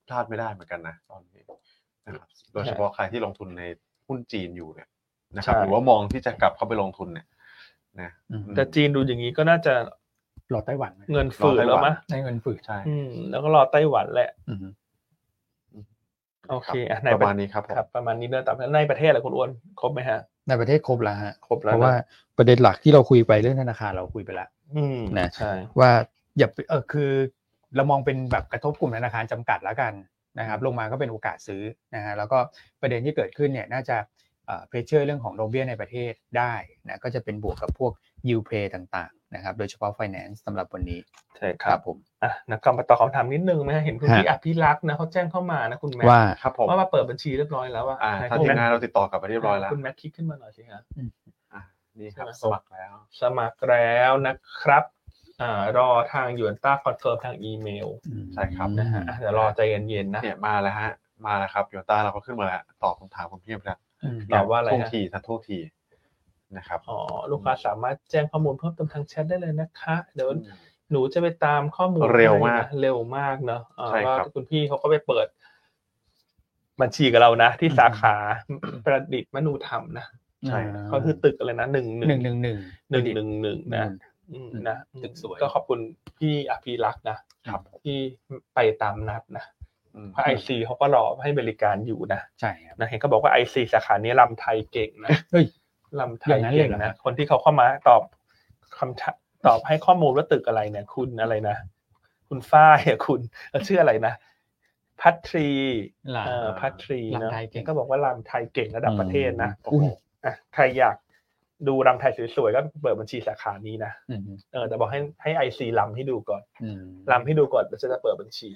พลาดไม่ได้เหมือนกันนะตอนนี้นะครับโดยเฉพาะใครที่ลงทุนในหุ้นจีนอยู่เนี่ยนะครับ ใช่ หรือว่ามองที่จะกลับเข้าไปลงทุนเนี่ยนะ อืม อืม แต่จีนดูอย่างนี้ก็น่าจะ รอไต้หวันไหม เงินฝืด รอไต้หแล้ววันมะ ได้เงินฝืด ใช่ อืม แล้วก็รอไต้หวันแหละ อือฮึ โอเครับ อ่ะใน ประมาณนี้ครับผม ครับ ประมาณนี้เนื้อต่างประเทศในประเทศแหละคุณอ้วนครบไหมฮะ ในประเทศครบแล้วฮะ ครบแล้วเพราะว่าประเด็นหลักที่เราคุยไปเรื่องธนาคารเราคุยไปแล้ว อืม นะ ใช่ ว่าอย่าไปเออคือ เรามองเป็นแบบกระทบกลุ่มธนาคารจำกัดแล้วกันนะครับลงมาก็เป็นโอกาสซื้อนะฮะแล้วก็ประเด็นที่เกิดขึ้นเนี่ยน่าจะเพรสเชอร์เรื่องของดอกเบี้ยในประเทศได้นะก็จะเป็นบวกกับพวกยูเพย์ต่างๆนะครับโดยเฉพาะ finance สำหรับวันนี้ ใช่ครับ ผม อ่ะนะกลับมาต่อคำถามนิดนึงนะฮะเห็นคุณพี่อภิรักษ์นะเขาแจ้งเข้ามานะคุณแม่ ว่า ครับผม ว่ามาเปิดบัญชีเรียบร้อยแล้วอะ อ่า ไห ทาง คุณ ทีม แม่ งานเราติดต่อกลับไปเรียบร้อยแล้ว คุณแม่คลิกขึ้นมาหน่อยสิครับ นี่ครับ ใช่ไหม สมัครแล้ว สมัครแล้วนะครับอ่ารอทางยูนต้าคอนเฟิร์มทางอีเมล ใช่ครับ นะฮะอ่ะเดี๋ยวรอใจเย็นๆนะ เนี่ยมาแล้วฮะมาแล้วครับโยต้าเราก็ขึ้นมาแล้วตอบคำถามคุณเพียบแล้ว ตอบว่าอะไร ท่วง นะ ทีทันท่วงทีนะครับ อ๋อลูกค้าสามารถแจ้งข้อมูลเพิ่มเติมทางแชทได้เลยนะคะ เดี๋ยว อืม หนูจะไปตามข้อมูล เร็วมาก ให้นะเร็วมากเนอะอ่า ใช่ครับ ว่าคุณพี่เขาก็ไปเปิด บัญชีกับเรานะ ที่ อืม สาขาประดิษฐ์มนูธรรมนะ ใช่ ก็คือตึกอะไรนะหนึ่งห ห นึ่ นึ่ ง งหนึ่งหนึ่ง หนึ่งหนึ่งหนึ่งนะอืมนะ ตึกสวย ก็ขอบคุณพี่อภิรักษ์นะครับ ที่ไปตามนัดนะ อืม เพราะไอซีเขาก็รอให้บริการอยู่นะ ใช่ครับ นะเห็นเขาบอกว่าไอซีสาขานี้ลำไทยเก่งนะ เฮ้ย ลำไท อย ย่างนั้นเล เก่งยเหรอ นะคนที่เขาเข้ามาตอบคำถามตอบให้ข้อมูลว่าตึกอะไรเนี่ย คุณอะไรนะ คุณฝ้ายอะคุณเออชื่ออะไรนะ พัทรี หลา เออพัทรีเนอะ ลำไทยเก่ง ก็บอกว่าลำไทยเก่งระดับประเทศนะ โอ้ อุ้ โห ย อ่ะใครอยากดูลำไทยสวยๆก็เปิดบัญชีสาขานี้นะ อืม เออแต่บอกให้ให้ไอซีลำให้ดูก่อน อืม ลำให้ดูก่อนแล้วจะเปิดบัญชี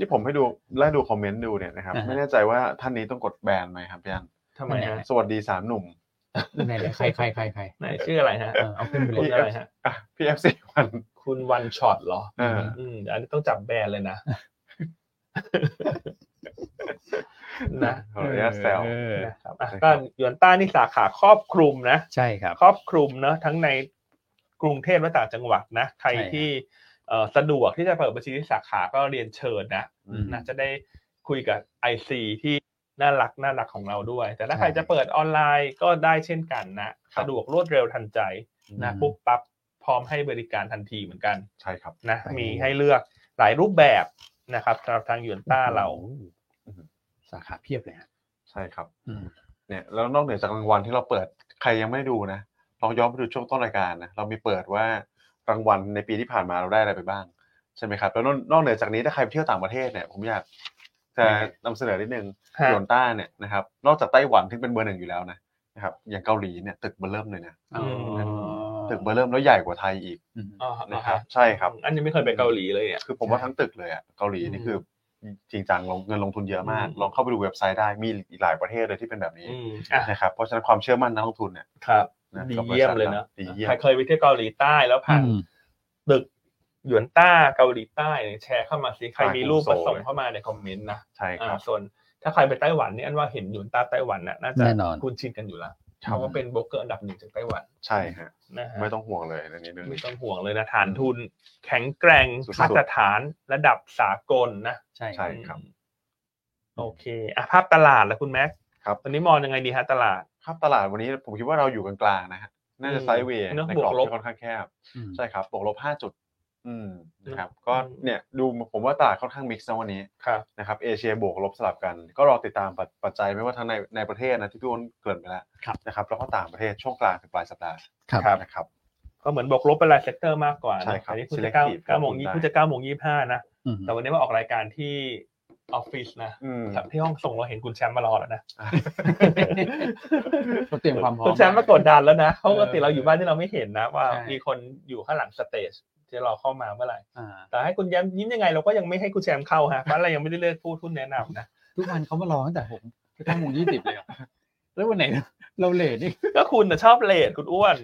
ที่ผมให้ดูไล่ดูคอมเมนต์ดูเนี่ยนะครับ ไม่แน่ใจว่าท่านนี้ต้องกดแบนไหมครับพี่อัน ทำไมฮะ สวัสดีสามหนุ่ม ไหนเลยใครใครใครใคร ไหนชื่ออะไรฮะ เออเอาขึ้นไปเล คุณ ย อะไรฮะ อ่ะพี่เอฟซีวัน คุณวันช็อตเหรอ เออ อืมอันนี้ต้องจับแบรนด์เลยนะ นะ ขออนุญาตแซว นะครับอ่ะ ใช่ครับ ก็ยวนต้านี่สาขาครอบคลุมนะ ใช่ครับ ครอบคลุมเนอะทั้งในกรุงเทพและต่างจังหวัดนะ ใคร ใช่ครับ ที่เอ่อสะดวกที่จะเปิดบัญชีที่สาขาก็เรียนเชิญนะ อืม นะจะได้คุยกับไอซีที่น่ารักน่ารักของเราด้วย แต่ถ้า ใช่ ใครจะเปิดออนไลน์ก็ได้เช่นกันนะ สะดวกรวดเร็วทันใจนะปุ๊บปั๊บพร้อมให้บริการทันทีเหมือนกัน ใช่ครับ นะ ไป มี เรื่อย ให้เลือกหลายรูปแบบนะครับสำหรับทางยูนต้าเรา อืมสาขาเพียบเลยฮะ ใช่ครับ อืม เนี่ยแล้วนอกเหนือจากรางวัลที่เราเปิดใครยังไม่ดูนะลองย้อนไปดูช่วงต้นรายการนะเรามีเปิดว่ารางวัลในปีที่ผ่านมาเราได้อะไรไปบ้างใช่ไหมครับแล้วนอกนอกเหนือจากนี้ถ้าใครไปเที่ยวต่างประเทศเนี่ยผมอยากจะนำเสนอนิดนึง ฮะ โยนต้าเนี่ยนะครับนอกจากไต้หวันที่เป็นเบอร์หนึ่งอยู่แล้วนะนะครับอย่างเกาหลีเนี่ยตึกเบอร์เริ่มเลยนะ อืม ตึกเบอร์เริ่มแล้วใหญ่กว่าไทยอีก อืม อ๋อ นะครับใช่ครับ อันนี้ไม่เคยไปเกาหลีเลยเนี่ย คือผมว่า ใช่ ทั้งตึกเลยอ่ะเกาหลีนี่ อืม คือจริงจังลงเงินลงทุนเยอะมาก อืม ลองเข้าไปดูเว็บไซต์ได้มีอีกหลายประเทศเลยที่เป็นแบบนี้ อืมอ่ะ นะครับเพราะฉะนั้นความเชื่อมั่นนักลงทุนเนี่ย ครับ นะ ดี กับบริ เยี่ยม ษัท เลยนะ ดีเยี่ยม ใครเคยไปเที่ยวเกาหลีใต้แล้วผ่าน อืม ตึกหยวนต้าเกาหลีใต้เนี่ยแชร์เข้ามาสิใครมีรูปมาส่งเข้ามาในคอมเมนต์นะ ใช่ค อ่า รับ ส่วนถ้าใครไปไต้หวันเนี่ยอันว่าเห็นหยวนต้าไต้หวันน่ะน่าจะ แน่นอน คุ้นชินกันอยู่แล้วเพราะว่าเป็นโบรกเกอร์อันดับหนึ่งจากไต้หวัน ใช่ฮะ นะฮะ ไม่ต้องห่วงเลยอันนี้เรื่อง ไม่ต้องห่วงเลยนะฐานทุนแข็งแกร่ง สุดๆ มาตรฐานระดับสากลนะ ใช่ค ใช่ รับ ครับ อืมโอเคอ่ะภาพตลาดแล้วคุณแม็ก ครับ ตอนนี้มองยังไงดีฮะตลาด ครับตลาดวันนี้ผมคิดว่าเราอยู่กลางๆนะฮะน่าจะ อืม ไซด์เวย์ เนอะ ในกรอบบ วกลบ ที่ค่อนข้างแคบ อืม ใช่ครับบวกลบห้าจุด อืมนะครับ เนอะ ก็ อืม เนี่ยดูผมว่าตลาดค่อนข้างมิกซ์นะวันนี้ ครับ นะครับเอเชียบวกลบสลับกัน ก็รอติดตามปัจปัจจัยไม่ว่าทั้งในในประเทศนะที่พี่อ้วนเกริ่นไปแล้ว ครับ นะครับแล้วก็ต่างประเทศช่วงกลางถึงปลายสัปดาห์ ครับ ครับ นะครับ ก็เหมือนบวกลบเป็นรายเซกเตอร์มากกว่านะ ใช่ครับ อันี้คุณจะ selective เก้า ครั เก้า บ โมงยี่คุคุณได้ณจะเก้าโมงยี่สิบห้านะ อืม แต่วันนี้มาออกรายการที่ออฟฟิศนะ อืม ครับที่ห้องส่งเราเห็นคุณแชมป์มารอแล้วนะ เราเตรียมความพร้อม คุณแชมป์มากดดันแล้วนะเขาะปกติ เออ เราอยู่บ้านที่เราไม่เห็นนะ ว่า ใช่ มีคนอยู่ข้างหลังสเตจจะรอเข้ามาเมื่อไหร่ อ่า แต่ให้คุณย้ำยิ้มยังไงเราก็ยังไม่ให้คุณแชมป์เข้าฮะเพราะเรายังไม่ได้เลือกพูดหุ้นแนะนำนะ ทุกวันเขามารอตั้งแต่หกเก้าโมงยี่สิบ เลยเหรอแล้ววันไหนเราเลทนี่ ก็คุณน่ะชอบเลทคุณอ้วน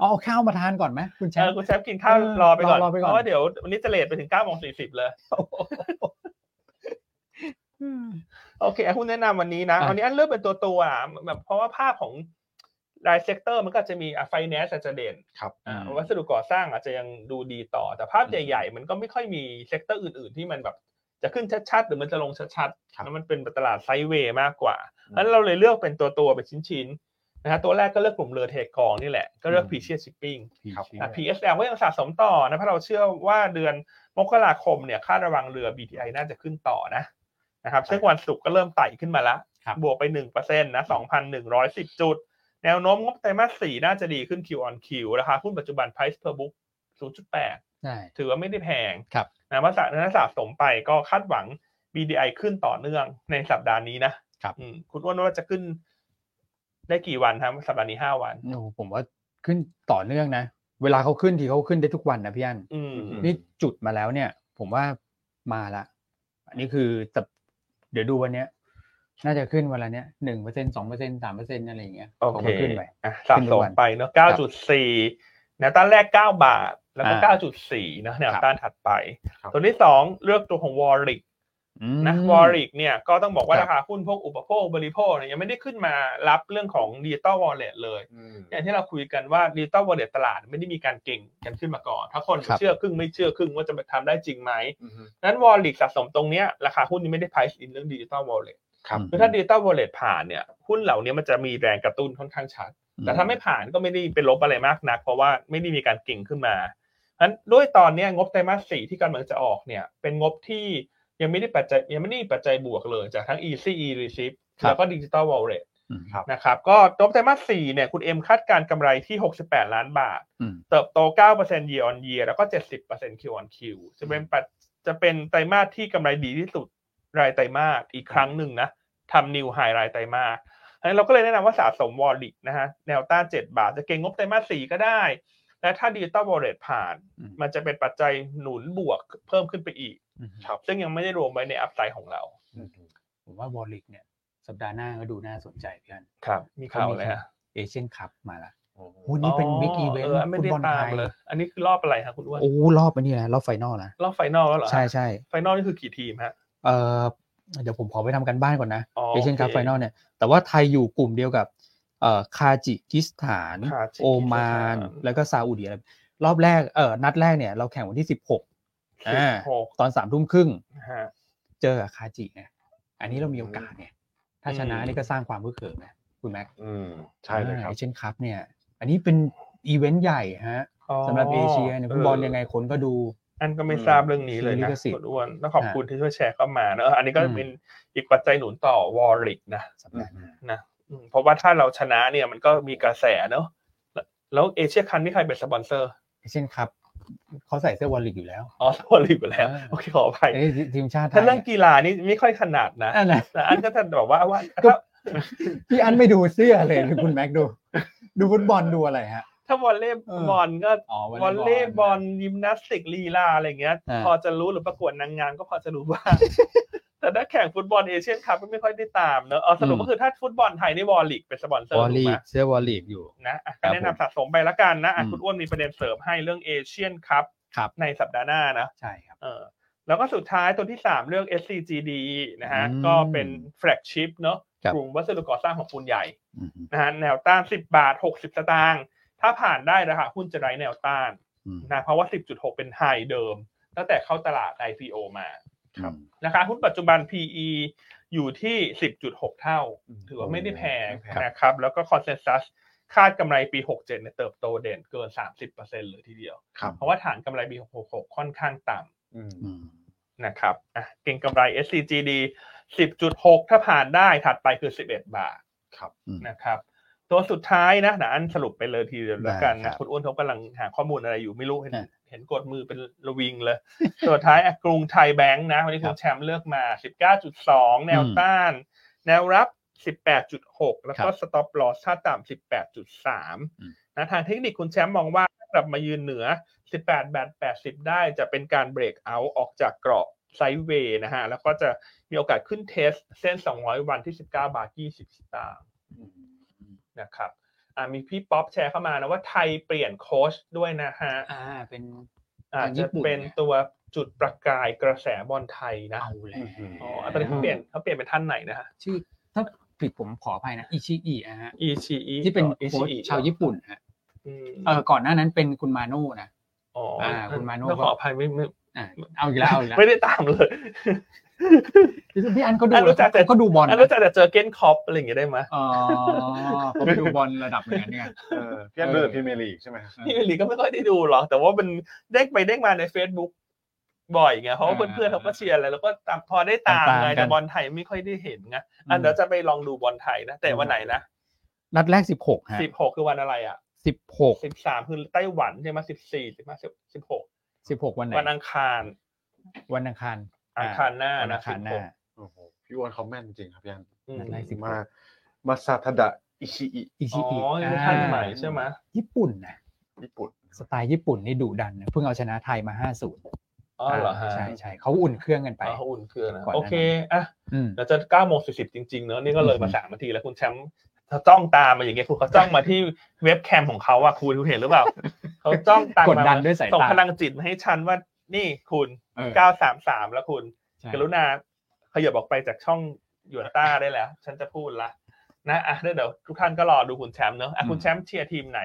เอาเอาข้าวมาทานก่อนไหมคุณแช เออมป์ คุณแชมป์กินข้าวรอไปก่อน รอรอไปก่อน เพราะว่าเดี๋ยววันนี้จะเลทไปถึง9ก้าโมงสี่สิบเลย อืม โอเคหุ้นแนะนำวันนี้นะ อ่ะ วันนี้อันเลือกเป็นตัวตัวๆอ่ะแบบเพราะว่าภาพของรายเซกเตอร์มันก็จะมีไฟแนนซ์อาจจะเด่น ครับ อ่ะวัสดุก่อสร้างอาจจะยังดูดีต่อ แต่ภาพใหญ่ๆ มันก็ไม่ค่อยมีเซกเตอร์อื่นๆ ที่มันแบบจะขึ้นชัดๆ หรือมันจะลงชัด ครัๆบแล้วมันเป็นตลาดไซด์เวย์มากกว่า นั้นเราเลยเลือกเป็นตัวตัวๆเป็นชิ้นๆนะฮะตัวแรกก็เลือกกลุ่มเรือเทกองนี่แหละ ก็เลือก อืม พีเชียชิปปิ้ง ครับ แต่ PSL ก็ยังสะสมต่อนะ เพราะเราเชื่อว่าเดือนมกราคมเนี่ยค่าระวังเรือ BTI น่าจะขึ้นต่อนะนะครับซึ่งวันศุกร์ก็เริ่มไต่ขึ้นมาละ ครับ บวกไป1%นะ2,110 จุด แนวโน้มงบไตรมาส4น่าจะดีขึ้น Q on Q ราคาหุ้นปัจจุบัน price per book 0.8 ใช่ ถือว่าไม่ได้แพง ครับ นะว่าสะนั้นสะสมไปก็คาดหวัง BDI ขึ้นต่อเนื่องในสัปดาห์นี้นะครับ อืมคุณอ้วนว่าจะขึ้นได้กี่วันครับสัปดาห์นี้ห้าวัน โอ้โหผมว่าขึ้นต่อเนื่องนะ เวลาเขาขึ้นทีเขาขึ้นได้ทุกวันนะพี่อัน อืม อืม นี่จุดมาแล้วเนี่ย ผมว่ามาละ อันนี้คือแต่เดี๋ยวดูวันเนี้ย น่าจะขึ้นวันละเนี้ยหนึ่งเปอร์เซ็นสองเปอร์เซ็นสามเปอร์เซ็นอะไรอย่างเงี้ย โอ ผม เค ก็ขึ้นไป อ่ะ ขึ้ สะ น ส ทุก ม วัน ไปเนอะ ครับ 9.4แนวต้านแรก 9 บาท แล้วก็ อ่า 9.4นะแนว ครับ ต้านถัดไป ครับ ตัวที่ 2 เลือกตัวของวอล i c อืม นะวอริกเนี่ยก็ต้องบอกว่า ครับ ราคาหุ้นพวกอุปโภคบริโภคเนี่ยยังไม่ได้ขึ้นมารับเรื่องของดิจิตอลวอลเล็ตเลย อืม อย่างที่เราคุยกันว่าดิจิตอลวอลเล็ตตลาดไม่ได้มีการเก่งกันขึ้นมาก่อนถ้าคน ครับ เชื่อครึ่งไม่เชื่อครึ่งว่าจะทำได้จริงไหม อืม นั้นวอริกสะสมตรงเนี้ยราคาหุ้นนี้ไม่ได้ price in เรื่องดิจิตอลวอลเล็ต ครับ คือถ้าดิจิตอลวอลเล็ตผ่านเนี่ยหุ้นเหล่านี้มันจะมีแรงกระตุ้นค่อนข้างชัด แต่ถ้าไม่ผ่านก็ไม่ได้เป็นลบอะไรมากนัก เพราะว่าไม่ได้มีการเก่งขึ้นมาเพราะฉะนั้นด้วยตอนเนี้ยงบไตรมาสสี่ที่กำลังจะออกเนี่ย เป็นงบที่ยังไม่ได้ปัจจัยยังไม่ได้มีปัจจัยบวกเลยจากทั้ง e c e receipt ครับ แล้วก็ digital wallet อืม นะครับ ก็งบไตรมาสสี่เนี่ยคุณเอ็มคาดการณ์กำไรที่ 68 ล้านบาท อืม เติบโต 9% year on year แล้วก็ 70% Q on Q จะเป็นปัจจะเป็นไตรมาสที่กำไรดีที่สุดรายไตรมาสอีกครั้งหนึ่งนะทำนิวไฮรายไตรมาสอันนั้นเราก็เลยแนะนำว่าสะสมวอลลิกนะฮะแนวต้าน7 บาท จะเก็งงบไตรมาส4ก็ได้ และถ้าดิจิตอลวอลเล็ตผ่าน อืม มันจะเป็นปัจจัยหนุนบวกเพิ่มขึ้นไปอีก อืม ซึ่งยังไม่ได้รวมไว้ในอัพไซด์ของเรา ผมว่าวอลลิกเนี่ย สัปดาห์หน้าก็ดูน่าสนใจพี่อัน ครับมีข่าวอะไรฮะ เอเชียนคัพมาละโอ้นี่เป็นบิ๊กอีเวนต์ ไม่ ฟุต ได้ตาบอลไท ม ย เลยอันนี้คือรอบอะไรฮะคุณอ้วน โอ้รอบอันนี้นะรอบไฟนอลนะ รอบไฟนอลแล้วเหรอฮะ ใช่ใช่ ไฟนอลนี่คือกี่ทีมฮะ เออเดี๋ยวผมขอไปทำกันบ้านก่อนนะ อ๋อ เอเชียนคัพ โอเค ไฟนอลเนี่ยแต่ว่าไทยอยู่กลุ่มเดียวกับเอ่อคาจิกิสถาน คาจิกิสถาน โอมาน แล้วก็ซาอุดีอาระเบียรอบแรกเอ่อนัดแรกเนี่ยเราแข่งวันที่ 16 อ่า สิบหก ตอนสามทุ่มครึ่ง นะฮะ เจอกับคาจิไงอันนี้เรามีโอกาสไงถ้าชนะ อืม นี่ก็สร้างความพึกเขิมนะคุณแม็ก อืมใช่เลยครับ เอเชียนคัพเนี่ย อันนี้เป็นอีเวนต์ใหญ่ฮะสำหรับเอเชียเนี่ยฟุตบอลยังไงคนก็ดู อันก็ไม่ทราบเรื่องนี้เลย ซื้อลิ นะ ขสิทธิ์ คุณอ้วนต้องขอบคุณที่ช่วยแชร์เข้ามาเนอะอันนี้ก็ อืม เป็นอีกปัจจัยหนุนต่อวอลลิกนะ สัปดาห์หน้า อืมเพราะว่าถ้าเราชนะเนี่ยมันก็มีกระแสเนอะแล้วแล้วเอเชียคันนี่ใครเป็นสปอนเซอร์ เอเชียนคัพเขาใส่เสื้อวอลลิกอยู่แล้ว อ๋อวอลลิกไปแล้ว อ่า โอเคขออภัย เอ้ยทีมชาติไท ถ้าย เรื่องกีฬานี่ไม่ค่อยถนัดนะ อันนะ แต่อันก็จะบอกว่าว่า ก็ ถ้า พี่อันไม่ดูเสื้อเลยหรือคุณแม็กดู ดูฟุตบอลดูอะไรฮะ ถ้าวอลเล่ เออ บอลก็ อ๋อ วอลเล่บอลยิมนาสติกลีลาอะไรอย่างเงี้ย อ่า พอจะรู้หรือประกวดนางงามก็พอจะรู้บ้าง แต่ถ้าแข่งฟุตบอลเอเชียนคัพก็ไม่ค่อยได้ตามเนอะเอาสรุปก็คือถ้าฟุตบอลไทยนี่วอลลิกเป็นสปอนเซอ ว ร์ อล ถู ลี กไหม กเสื้อวอลลีกอยู่ นะอ่ะ ครับ แนะนำสะสมไปละกันนะอ่ะ อืม คุณอ้วนมีประเด็นเสริมให้เรื่องเอเชียนคัพ ครับ ในสัปดาห์หน้านะ ใช่ครับ เออแล้วก็สุดท้ายตัวที่ 3 เรื่อง SCGD นะฮะ อืม ก็เป็นแฟลกชิพเนาะ ครับ กลุ่มวัสดุก่อสร้างของปูนใหญ่ อืมฮึ นะฮะแนวต้าน 10 บาท 60 สตางค์ถ้าผ่านได้ราคาหุ้นจะไร้แนวต้าน อืม นะเพราะว่า 10.6 เป็นไฮเดิม ตั้งแต่เข้าตลาด IPO มา ครับ ราคาหุ้นปัจจุบัน PE อยู่ที่ 10.6 เท่า ถือว่าไม่ได้แพง ไม่แพง นะครับ แล้วก็คอนเซนแซสคาดกำไรปี 67เนี่ยเติบโตเด่นเกิน 30%เลยทีเดียว ครับ เพราะว่าฐานกำไรปี 66 ค่อนข้างต่ อืม อืม ำนะครับอ่ะเก็งกำไร SCGD 10.6 ถ้าผ่านได้ถัดไปคือ 11 บาท ครับ อืม นะครับ ตัวสุดท้ายนะนะอันสรุปไปเลยทีเดียวแล้วกัน ได้ครั นะ บ คุณอ้วนเขากำลังหาข้อมูลอะไรอยู่ไม่รู้เห็น อ่ะ เห็นกดมือเป็นระวิงเลย ตัวท้ายอ่ะกรุงไทยแบงค์นะวันนี้ ครั คุ บ ณแชมป์เลือกมา 19.2 แนว อืม ต้าน แนวรับ 18.6 แล้วก็ ครับ สต็อปลอสถ้าต่ำ อืม 18.3นะทางเทคนิคคุณแชมป์มองว่าถ้ากลับมายืนเหนือ 18บาท80 ได้จะเป็นการเบรกเอาท์ออกจากกรอบไซด์เวย์นะฮะแล้วก็จะมีโอกาสขึ้นเทสเส้น 200 วันที่ 19 บาท 20 สตางค์ นะครับอ่ามีพี่ป๊อปแชร์เข้ามานะว่าไทยเปลี่ยนโค้ชด้วยนะฮะ อ่าเป็น อาจจะเป็นตัวจุดประกายกระแสบอลไทยนะ เอาแล้ อื ว มฮึ อ๋ออ่ะตอนนี้เขาเปลี่ยนเขาเปลี่ยนเป็นท่านไหนนะฮะ ชื่อถ้าผิดผมขออภัยนะอิชิอิอะฮะ อีชีอี ที่เป็นโค้ชชาวญี่ปุ่นฮะเออก่อนหน้านั้นเป็นคุณมาโน่นะ อ๋อ อ่าคุณมาโน่ ต้อง ก็ ขออภัยไม่ไม่ อ่าเอาอีกแล้วเอาอีกแล้ว ไม่ได้ตามเลย พี่อันก็ดู อันรู้จักแต่ เขาก็ดูบอล อัน นะ รู้จักแต่เจอเก้นคอปอะไรอย่างเงี้ยได้ไหม อ๋อผมดูบอลระดับเหมือนกันเนี่ย เออพี่อันดูแต่พรีเมียร์ลีกใช่ไหมครับ พี่วิลลีก็ไม่ค่อยได้ดูหรอกแต่ว่ามันเด้งไปเด้งมาใน Facebook บ่อยไงเพราะว่า อ่า เพื่อนๆเขาก็เชียร์อะไรแล้วก็ตามพอได้ตาม ตามๆ ไง กัน แต่บอลไทยไม่ค่อยได้เห็นไงอ่ะเดี๋ยวจะไปลองดูบอลไทยนะแต่วันไหนนะ นัดแรกสิบหกฮะ สิบหกคือวันอะไรอ่ะ สิบหก สิบสามคือไต้หวันใช่ไหมสิบสี่สิบห้าสิบสิบหก สิบหกวันไหน วันอังคาร วันอังคาร อังคารหน้า วัน นะ อังคารหน้า โอ้โหพี่อ้วนเขาแม่นจริงครับพี่อัน 16อืม นั่นไง สิบหก มามาซาทาดะอิชิอิ อีก อ๋ ที อ อีก ยังทันใหม่ใช่ไหม ญี่ปุ่นนะ ญี่ปุ่น สไตล์ญี่ปุ่นนี่ดุดันนะเพิ่งเอาชนะไทยมาห้าศูนย์ อ๋อเหรอฮะ ใช่ใช่เขาอุ่นเครื่องกันไป อ๋อเขาอุ่นเครื่องนะ ก่อนหน้านั้น โอเคอ่ะ อืม เราจะ9โมง40 จริงๆ เนอะนี่ก็เลยมา อือฮึ สามนาทีแล้วคุณแชมป์เขาจ้องตามมาอย่างเงี้ยคุณเขาจ้องมาที่เว็บแคมของเขาอะคุณคุณเห็นหรือเปล่า เขาจ้องตาม ก มา ดดันด้วยสาย ส่ง ตา พลังจิตมาให้ฉันว่านี่คุณ เออ 933 แล้วคุณ ใช่ กรุณาขยับออกไปจากช่องหยวนต้าได้แล้ว ฉันจะพูดละนะอ่ะเดี๋ยวเดี๋ยวทุกท่านก็รอดูคุณแชมป์เนอะอ่ะคุณแชมป์เชียร์ทีมไหน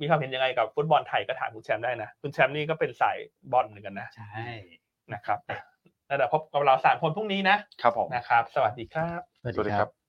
มีความเห็นยังไงกับฟุตบอลไทยก็ถามคุณแชมป์ได้นะคุณแชมป์นี่ก็เป็นสายบอลเหมือนกันนะ ใช่ นะครับอ่ะแล้วเดี๋ยวพบกับเราสามคนพรุ่งนี้นะครับ ผม นะครับ สวัสดีครับ สวัสดีครับ